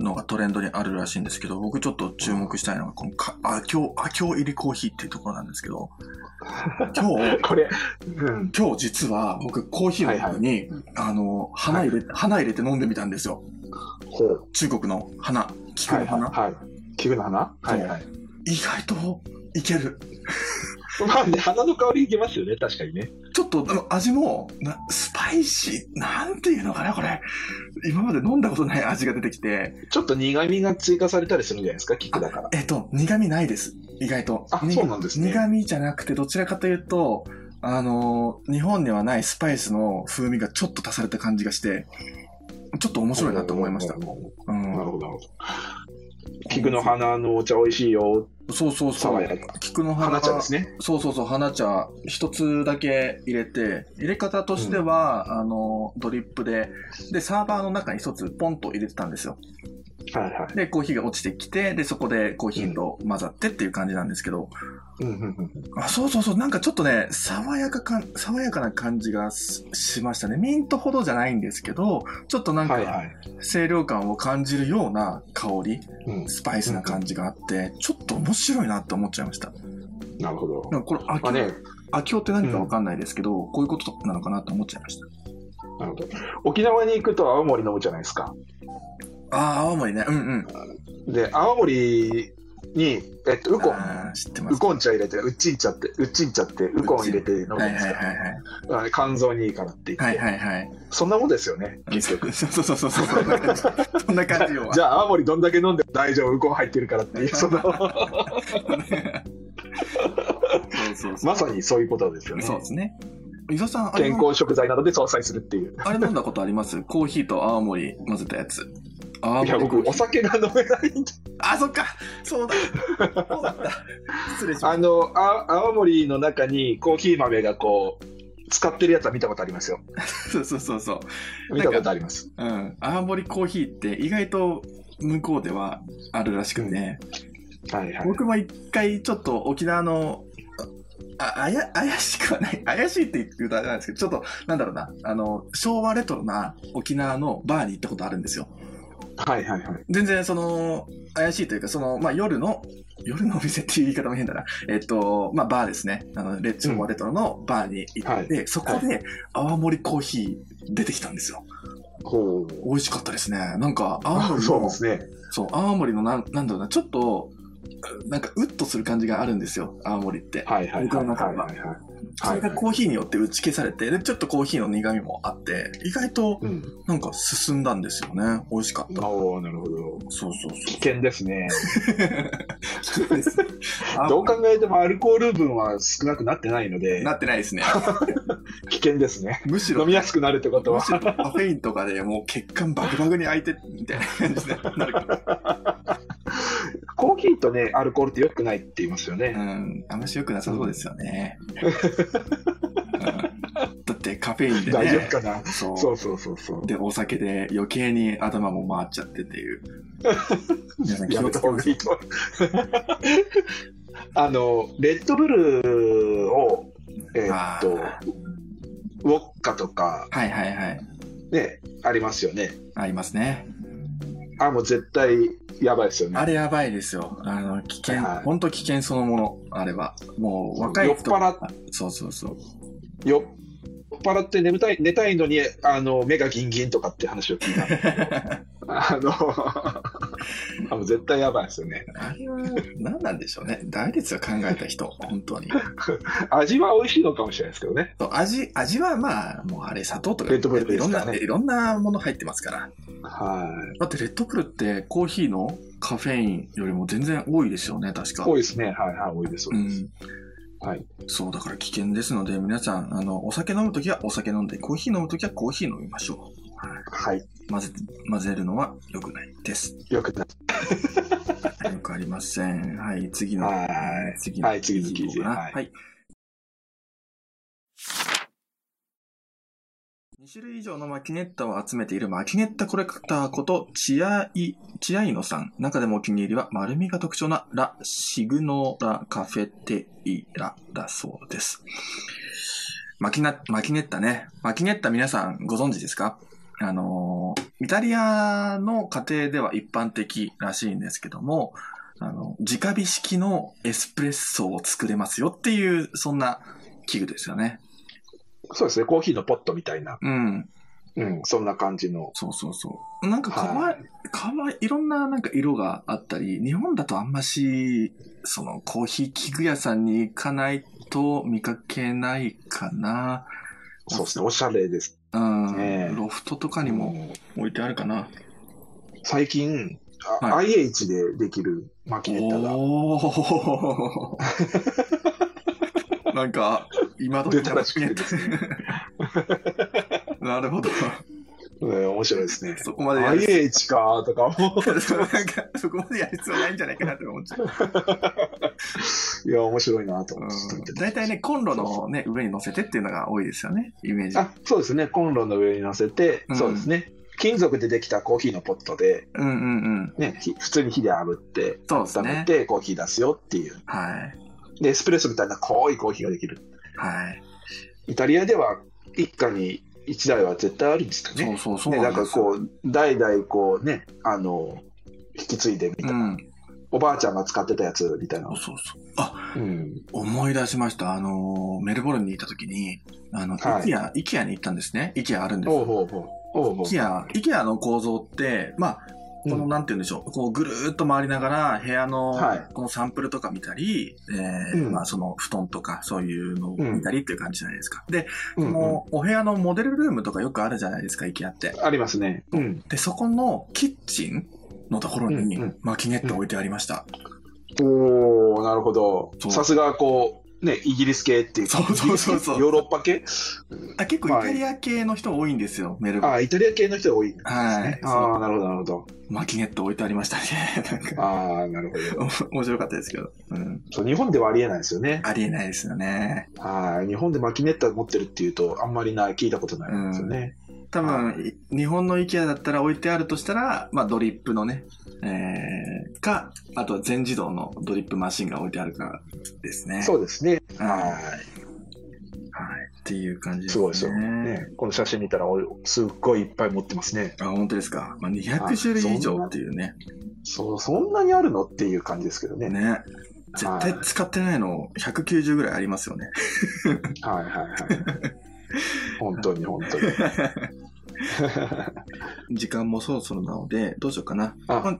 Speaker 1: うのがトレンドにあるらしいんですけど、僕ちょっと注目したいのが、このか、あ、今日、あ、今日入りコーヒーっていうところなんですけど、今日、
Speaker 2: これ、うん。
Speaker 1: 今日実は僕コーヒーの中に、あの、花入れ、花入れて飲んでみたんですよ。
Speaker 2: ほう。
Speaker 1: 中国の花、菊
Speaker 2: は
Speaker 1: の
Speaker 2: い
Speaker 1: 花。
Speaker 2: はい。はい。器具の花はいはい。
Speaker 1: 意外といける。
Speaker 2: まあね、花の香りいけますよね、確かにね。
Speaker 1: ちょっとあの味もな、スパイシー、なんていうのかな、これ。今まで飲んだことない味が出てきて、
Speaker 2: ちょっと苦味が追加されたりするんじゃないですか、菊だから。
Speaker 1: えっと、苦味ないです。意外と。
Speaker 2: あ
Speaker 1: に
Speaker 2: そうなんですね
Speaker 1: 苦味じゃなくて、どちらかというと、あのー日本にはないスパイスの風味がちょっと足された感じがして、ちょっと面白いなと思いました
Speaker 2: な。るほ
Speaker 1: うん
Speaker 2: ど、なるほど。菊の花のお茶美味しいよ、
Speaker 1: そうそうそ
Speaker 2: 爽
Speaker 1: う
Speaker 2: や。か。
Speaker 1: 菊の花
Speaker 2: 花茶ですね。
Speaker 1: そうそうそう、花茶、一つだけ入れて、入れ方としては、あの、ドリップで、で、サーバーの中に一つポンと入れてたんですよ。
Speaker 2: はいはい。
Speaker 1: で、コーヒーが落ちてきて、で、そこでコーヒーと混ざってっていう感じなんですけど、
Speaker 2: うんうんうん
Speaker 1: あそうそうそう、なんかちょっとね、爽やかか、爽やかな感じがししましたね。ミントほどじゃないんですけど、ちょっとなん
Speaker 2: はい
Speaker 1: か、
Speaker 2: はい。
Speaker 1: 清涼感を感じるような香り、
Speaker 2: うん、
Speaker 1: スパイスな感じがあって、ちょっと面白いなって思っちゃいました。
Speaker 2: なるほど。
Speaker 1: なんかこれ、
Speaker 2: まあね、
Speaker 1: 秋京って何かわかんないですけど、こういうことなのかなと思っちゃいました。
Speaker 2: なるほど。沖縄に行くと青森飲むじゃないですか。
Speaker 1: ああ、青森ね。うんうん。
Speaker 2: で、青森に、えっと、ウコン。
Speaker 1: あー知ってま
Speaker 2: ウ
Speaker 1: す。
Speaker 2: コン茶入れて、ウッチン茶って、ウッチン茶って、ウコン入れて飲むじゃ
Speaker 1: は
Speaker 2: ない
Speaker 1: いはい
Speaker 2: です
Speaker 1: はいはい。
Speaker 2: か。あれ肝臓にいいからって言って。
Speaker 1: はいはいはい。
Speaker 2: そんなもんですよね、 [laughs] 結局。
Speaker 1: そうそうそうそう。そんな感じ。そんな感じよ。
Speaker 2: じゃあ、青森どんだけ飲んでも大丈夫、ウコン入ってるからっていう、その [laughs]
Speaker 1: そうそうそう。
Speaker 2: まさにそういうことですよね。
Speaker 1: そうですね。伊沢さん、あれ
Speaker 2: 健康食材などで相殺するっていう。
Speaker 1: あれ飲んだことありますコーヒーと青森混ぜたやつ。青
Speaker 2: いや、
Speaker 1: 森コ
Speaker 2: 僕、
Speaker 1: ー
Speaker 2: お
Speaker 1: ヒー。
Speaker 2: 酒が飲めないんで。
Speaker 1: あ、そっか。そうだ。そうだった。失礼しま
Speaker 2: あ
Speaker 1: し
Speaker 2: のあ、青森の中にコーヒー豆がこう、使ってるやつは見たことありますよ。
Speaker 1: た。そうそうそうそう。
Speaker 2: 見たことあります。
Speaker 1: うん。青森コーヒーって意外と向こうではあるらしくて、
Speaker 2: はいはい。
Speaker 1: 僕も一回ちょっと沖縄のああや怪しくはない [laughs] 怪しいって言うとあれなんですけどちょっとなんだろうなあの昭和レトロな沖縄のバーに行ったことあるんですよ
Speaker 2: はいはいはい。
Speaker 1: 全然その、怪しいというか、その、まあ夜の、夜のお店っていう言い方も変だな。 [laughs] えっと、まあバーですね。あの、レッツゴーレトロのバーに行って、そこで泡盛コーヒー出てきたんですよ。
Speaker 2: ほう。
Speaker 1: 美味しかったですね。なんか、泡
Speaker 2: あ
Speaker 1: 盛
Speaker 2: そう
Speaker 1: の
Speaker 2: で、すね。
Speaker 1: そう、泡盛のなん、なんだろうな、ちょっと、なんか、うっとする感じがあるんですよ、泡盛って。
Speaker 2: はいはい
Speaker 1: 僕
Speaker 2: は
Speaker 1: の
Speaker 2: い
Speaker 1: 中
Speaker 2: は
Speaker 1: はい
Speaker 2: はいはい。
Speaker 1: それが
Speaker 2: はい
Speaker 1: コーヒーによって打ち消されて、で、ちょっとコーヒーの苦味もあって、意外と
Speaker 2: うん。
Speaker 1: なんか進んだんですよね。美味しかった。
Speaker 2: おおなるほど。
Speaker 1: そうそう
Speaker 2: 危険ですね。
Speaker 1: そう。あ
Speaker 2: どう考えてもアルコール分は少なくなってないので、
Speaker 1: なってないですね。
Speaker 2: 危険ですね。
Speaker 1: むしろ
Speaker 2: 飲、みやすくなるってこと
Speaker 1: む
Speaker 2: は。
Speaker 1: しろカフェインとかでもう血管バクバクに開いて、みたいな感
Speaker 2: [laughs]
Speaker 1: じになるから。
Speaker 2: コーヒーとね、アルコールって良くないって言いますよ
Speaker 1: う
Speaker 2: ね。
Speaker 1: ん、あんまし良くなさそうですよ
Speaker 2: [laughs]
Speaker 1: ね。うんだってカフェインでね。
Speaker 2: 大丈夫かな。
Speaker 1: そう。
Speaker 2: そうそうそうそう。
Speaker 1: で、お酒で余計に頭も回っちゃってって
Speaker 2: [laughs]
Speaker 1: いう。皆さん気
Speaker 2: や
Speaker 1: を
Speaker 2: めた
Speaker 1: つけ
Speaker 2: 方
Speaker 1: ま
Speaker 2: が
Speaker 1: しょ
Speaker 2: いいと。あの、レッドブルを、え
Speaker 1: う。
Speaker 2: ー
Speaker 1: あ
Speaker 2: っ
Speaker 1: ー
Speaker 2: と、ウォッカとか、
Speaker 1: はいはいはい。
Speaker 2: ね、ありますよね。
Speaker 1: ありますね。
Speaker 2: あ、もう絶対やばいですよね。
Speaker 1: あれやばいですよ。あの、危険、
Speaker 2: はい
Speaker 1: ほんと危険そのもの、あれは。もう、若い人。
Speaker 2: 酔っ払っ
Speaker 1: そうそうそう。
Speaker 2: 酔っ払って眠たい寝たいのにあの目がギンギンとかって話を聞いたあのあもう絶対やばいですよね
Speaker 1: あれは、何なんでしょうね。誰ですよ、考えた人。本当に。
Speaker 2: 味は美味しいのかもしれないですけどね
Speaker 1: そう味、味はまあ、もうあれ、砂糖とか、
Speaker 2: レッドブル
Speaker 1: い
Speaker 2: で
Speaker 1: ろ
Speaker 2: す
Speaker 1: ん
Speaker 2: から
Speaker 1: な、
Speaker 2: ね
Speaker 1: いろんなもの入ってますから。
Speaker 2: はい
Speaker 1: だって、レッドブルって、コーヒーのカフェインよりも全然多いですよね、確か。
Speaker 2: 多いですねはいはい多いです多
Speaker 1: う
Speaker 2: いです、
Speaker 1: ん。
Speaker 2: はい
Speaker 1: そう、だから危険ですので、皆さん、あの、お酒飲むときはお酒飲んで、コーヒー飲むときはコーヒー飲みましょ
Speaker 2: はい、
Speaker 1: う。混ぜ、混ぜるのは良くないです。
Speaker 2: よくな
Speaker 1: [laughs] よくありません。はい、次の、
Speaker 2: はい
Speaker 1: えー次
Speaker 2: はい次の記事
Speaker 1: 行こうかな
Speaker 2: はい
Speaker 1: はい。2種類以上のマキネッタを集めているマキネッタコレクターこと、チアイ、チアイノさん。中でもお気に入りは丸みが特徴なラ・シグノラ・カフェテイラだそうです。マキナ、マキネッタね。マキネッタ皆さんご存知ですかあのーイタリアの家庭では一般的らしいんですけども、あの、直火式のエスプレッソを作れますよっていう、そんな器具ですよね。
Speaker 2: そうですねコーヒーのポットみたいな、
Speaker 1: うん。
Speaker 2: うん、そんな感じの
Speaker 1: そうそうそう。なんかかわい、、
Speaker 2: はい
Speaker 1: かわいい、いろんななんか色があったり、日本だとあんまし、そのコーヒー器具屋さんに行かないと見かけないかな。
Speaker 2: そうですねおしゃれです
Speaker 1: うん。
Speaker 2: ねえ
Speaker 1: ロフトとかにも
Speaker 2: うん
Speaker 1: 置いてあるかな。
Speaker 2: 最近あ
Speaker 1: は
Speaker 2: IH でできるマキネッタが
Speaker 1: おお。
Speaker 2: [laughs]
Speaker 1: なんか、今時
Speaker 2: 出たらしくてですね
Speaker 1: [laughs] なるほど。
Speaker 2: うん面白いですね
Speaker 1: そこまでやる
Speaker 2: IH かとか思う
Speaker 1: そうなんか [laughs] そこまでやる必要ないんじゃないかなって思っちゃう。
Speaker 2: いや、面白いなと思って、ちょっと見て
Speaker 1: うん
Speaker 2: た
Speaker 1: 大体ね、コンロの、ね、上に乗せてっていうのが多いですよね、イメージ。
Speaker 2: あ、そうですね。コンロの上に乗せて、
Speaker 1: うん
Speaker 2: そうですね。金属でできたコーヒーのポットで、
Speaker 1: うんうんうん。
Speaker 2: ね、ひ普通に火で炙って、
Speaker 1: そうです
Speaker 2: 温め
Speaker 1: ね。
Speaker 2: てコーヒー出すよっていう。
Speaker 1: はい。
Speaker 2: で、エスプレッソみたいな濃いコーヒーができる。
Speaker 1: はい。
Speaker 2: イタリアでは、一家に一台は絶対あるんですか
Speaker 1: そう
Speaker 2: ね。
Speaker 1: そうそう
Speaker 2: ね、なん
Speaker 1: で
Speaker 2: か
Speaker 1: すよ
Speaker 2: こう、代々こうね、あの、引き継いでみたいな、
Speaker 1: うん。
Speaker 2: おばあちゃんが使ってたやつみたいな
Speaker 1: そう。そうそう。あ、
Speaker 2: うん。
Speaker 1: 思い出しました。あのー、メルボルンにいた時に、あの、イ
Speaker 2: はい
Speaker 1: キア、イキアに行ったんですね。イキアあるんです
Speaker 2: おう
Speaker 1: よ。
Speaker 2: ほうほう。おうほう
Speaker 1: イキア、イキアの構造って、まあ、この、
Speaker 2: うん
Speaker 1: なんて言うんでしょう、こうぐるーっと回りながら、部屋の、
Speaker 2: はい
Speaker 1: このサンプルとか見たり、えー
Speaker 2: うん
Speaker 1: まあその布団とかそういうのを見たりっていう感じじゃないですか。で、
Speaker 2: うん
Speaker 1: もうお部屋のモデルルームとかよくあるじゃないですか、IKEA って。
Speaker 2: ありますね。うん。
Speaker 1: で、そこのキッチンのところに
Speaker 2: うんうん
Speaker 1: マキネット置いてありました。
Speaker 2: おおなるほど
Speaker 1: そう
Speaker 2: さすがこうねイギリス系っていうか
Speaker 1: そうそうそうそう
Speaker 2: イギリス系ヨーロッパ系
Speaker 1: あ結構イタリア系の人多いんですよ、メルボルン。
Speaker 2: あイタリア系の人が多いんですね
Speaker 1: はい
Speaker 2: ああなるほどなるほど
Speaker 1: マキネット置いてありましたね。 [laughs] なんか、
Speaker 2: ああなるほど
Speaker 1: 面白かったですけど。うん。
Speaker 2: そう日本ではありえないですよね
Speaker 1: ありえないですよね。
Speaker 2: はい日本でマキネッタ持ってるっていうとあんまりない聞いたことないですよね、
Speaker 1: 多
Speaker 2: は
Speaker 1: 分、い日本の IKEA だったら置いてあるとしたら、まあドリップのね、えー、か、あとは全自動のドリップマシンが置いてあるからですね。
Speaker 2: そうですね
Speaker 1: はい。はい。
Speaker 2: は
Speaker 1: っっていう感じですすね。
Speaker 2: ごいですよ。ね、この写真見たら、俺、すっごいいっぱい持ってますね。
Speaker 1: あ、本当ですか。まあ、200種類以上っていうね。
Speaker 2: そう、そんなにあるのっていう感じですけどね。
Speaker 1: ね。絶対使ってないの190ぐらいありますよね。
Speaker 2: はいはい [laughs] はい。本当に本当 [laughs] に。
Speaker 1: 時間もそろそろなので、どうしようかな。
Speaker 2: あ
Speaker 1: まあ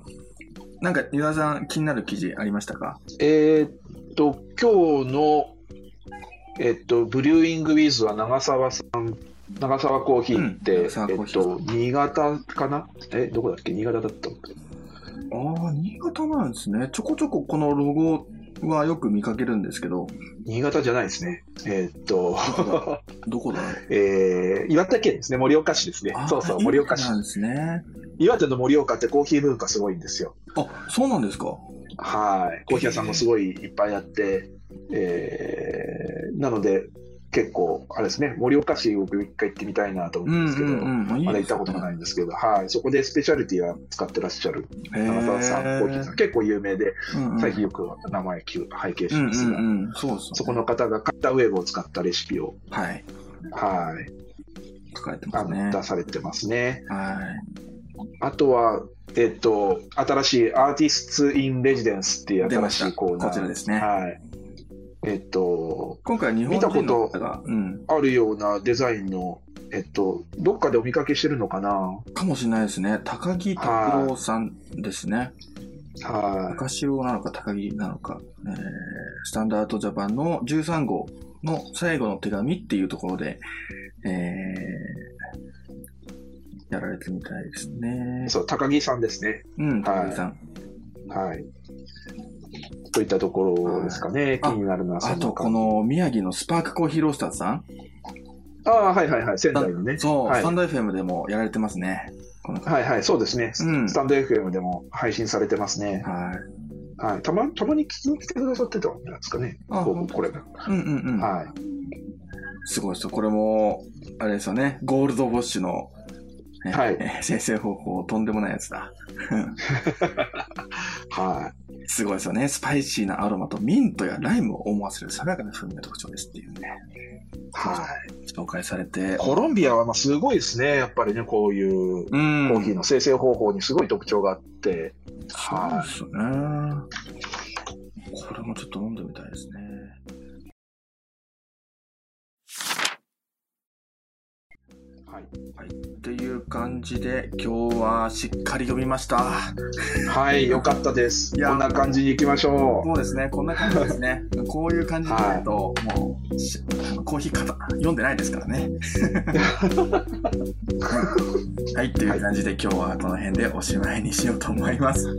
Speaker 1: なんか、湯田さん気になる記事ありましたか
Speaker 2: えーっと、今日の、えっと、ブリューイングウィズは長澤さん、長澤コーヒーって、
Speaker 1: うん長澤コーヒー
Speaker 2: えっと、新潟かなえ、どこだっけ新潟だったの
Speaker 1: ああ、新潟なんですね。ちょこちょここのロゴはよく見かけるんですけど、
Speaker 2: 新潟じゃないですね。えーっと、 [laughs]
Speaker 1: どこだろう
Speaker 2: えー岩手県ですね。盛岡市ですね
Speaker 1: あ。ー
Speaker 2: そうそう、
Speaker 1: 新
Speaker 2: 盛岡市
Speaker 1: な。んですね。
Speaker 2: 岩手の盛岡ってコーヒー文化すごいんですよ。
Speaker 1: あ、そうなんですか。
Speaker 2: はい。コーヒー屋さんもすごいいっぱいあって、えーなので、結構、あれですね、盛岡市、僕一回行ってみたいなと
Speaker 1: う
Speaker 2: 思うん
Speaker 1: ん
Speaker 2: ですけど、
Speaker 1: うんうん。。
Speaker 2: まだ行ったことがないいんですけど、はい。そこでスペシャリティは使ってらっしゃる
Speaker 1: へ
Speaker 2: 長澤さん、コーヒーさん、結構有名で、
Speaker 1: うんうん
Speaker 2: 最近よく名前聞く拝見し
Speaker 1: うん
Speaker 2: ま
Speaker 1: う
Speaker 2: すが、
Speaker 1: んうん。そうそう。
Speaker 2: そこの方がカッターウェーブを使ったレシピを、
Speaker 1: はい。
Speaker 2: はい、
Speaker 1: 書かれてま
Speaker 2: あ
Speaker 1: す
Speaker 2: の
Speaker 1: ね。
Speaker 2: 出されてますね。
Speaker 1: は
Speaker 2: あとは、えっと、新しいアーティスト・イン・レジデンスっていう
Speaker 1: い。出まし。
Speaker 2: 新したいコー
Speaker 1: こ
Speaker 2: ナー。
Speaker 1: ちらですね。
Speaker 2: はい。えっと、
Speaker 1: 今回は日本人の方が、うん。
Speaker 2: あるようなデザインの、えっと、どっかでお見かけしてるのかな
Speaker 1: かもしれないですね。高木拓郎さんですね。
Speaker 2: は
Speaker 1: 高潮なのか高木なのか、えースタンダードジャパンの13号の最後の手紙っていうところで、えー、やられてみたいですね
Speaker 2: い。。そう、高木さんですね。
Speaker 1: うん、
Speaker 2: は
Speaker 1: 高
Speaker 2: い
Speaker 1: 木さん。
Speaker 2: はい。といったところですかね。気
Speaker 1: はい
Speaker 2: になるのは
Speaker 1: あ
Speaker 2: そ
Speaker 1: と、
Speaker 2: の
Speaker 1: こ
Speaker 2: 感
Speaker 1: の宮城のスパークコーヒーロースターズさん。
Speaker 2: じ。ああ、はいはいはい。仙台のね。
Speaker 1: そう、
Speaker 2: はい
Speaker 1: スタンド FM でもやられてますね。この方。
Speaker 2: はいはい、そうですね。
Speaker 1: うん
Speaker 2: スタンド FM でも配信されてますね。
Speaker 1: はい。
Speaker 2: はい。たま、たまに聞きに来てくださってたんじゃないですかね。
Speaker 1: あ
Speaker 2: こ
Speaker 1: 本
Speaker 2: うこれが。
Speaker 1: うんうんうん。
Speaker 2: はい。
Speaker 1: すごいですよ。これも、あれですよね。ゴールドウォッシュの、ね
Speaker 2: はい
Speaker 1: え [laughs] ー生成方法、とんでもないやつだ。
Speaker 2: は
Speaker 1: すごいですよね。スパイシーなアロマとミントやライムを思わせる爽やかな風味が特徴ですっていうね、
Speaker 2: い。はい。
Speaker 1: 紹介されて。
Speaker 2: コロンビアはまあすごいですね。やっぱりね、こういう
Speaker 1: う
Speaker 2: コ
Speaker 1: ん。
Speaker 2: ーヒーの生成方法にすごい特徴があって。
Speaker 1: そうですね。これもちょっと飲んでみたいですね。
Speaker 2: はい。
Speaker 1: という感じで、今日はしっかり読みました。
Speaker 2: はい、よかったです。
Speaker 1: いや
Speaker 2: こんな感じに行きましょ
Speaker 1: そうですね。こんな感じですね。こういう感じでないと、もう、しあのコーヒーかた読んでないですから [laughs] ね。はい、という感じで今日はこの辺でおしまいにしようと思います。 [laughs] い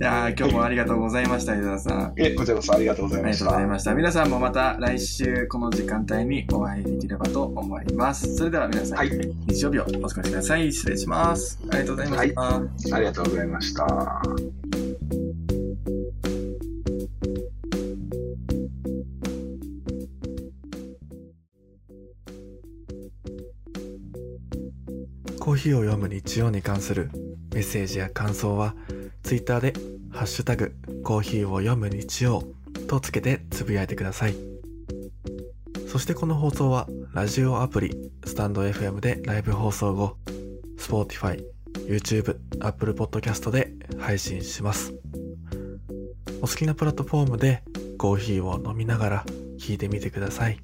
Speaker 1: やー今日もありがとうございました、伊沢さん。
Speaker 2: う。え、こちらこそありがとうござい
Speaker 1: ありがと
Speaker 2: まし
Speaker 1: うござい
Speaker 2: た。
Speaker 1: ました。皆さんもまた来週この時間帯にお会いできればと思います。それでは皆さん、
Speaker 2: はい
Speaker 1: 日曜日をお過ごしください。失礼します。ありがとうございました。
Speaker 2: ありがとうございました。
Speaker 3: コーヒーを読む日曜に関するメッセージや感想は、ツイッターで、ハッシュタグ、コーヒーを読む日曜とつけてつぶやいてください。そしてこの放送は、ラジオアプリ、スタンド FM でライブ放送後、Spotify、YouTube、Apple Podcast で配信します。お好きなプラットフォームでコーヒーを飲みながら聞いてみてください。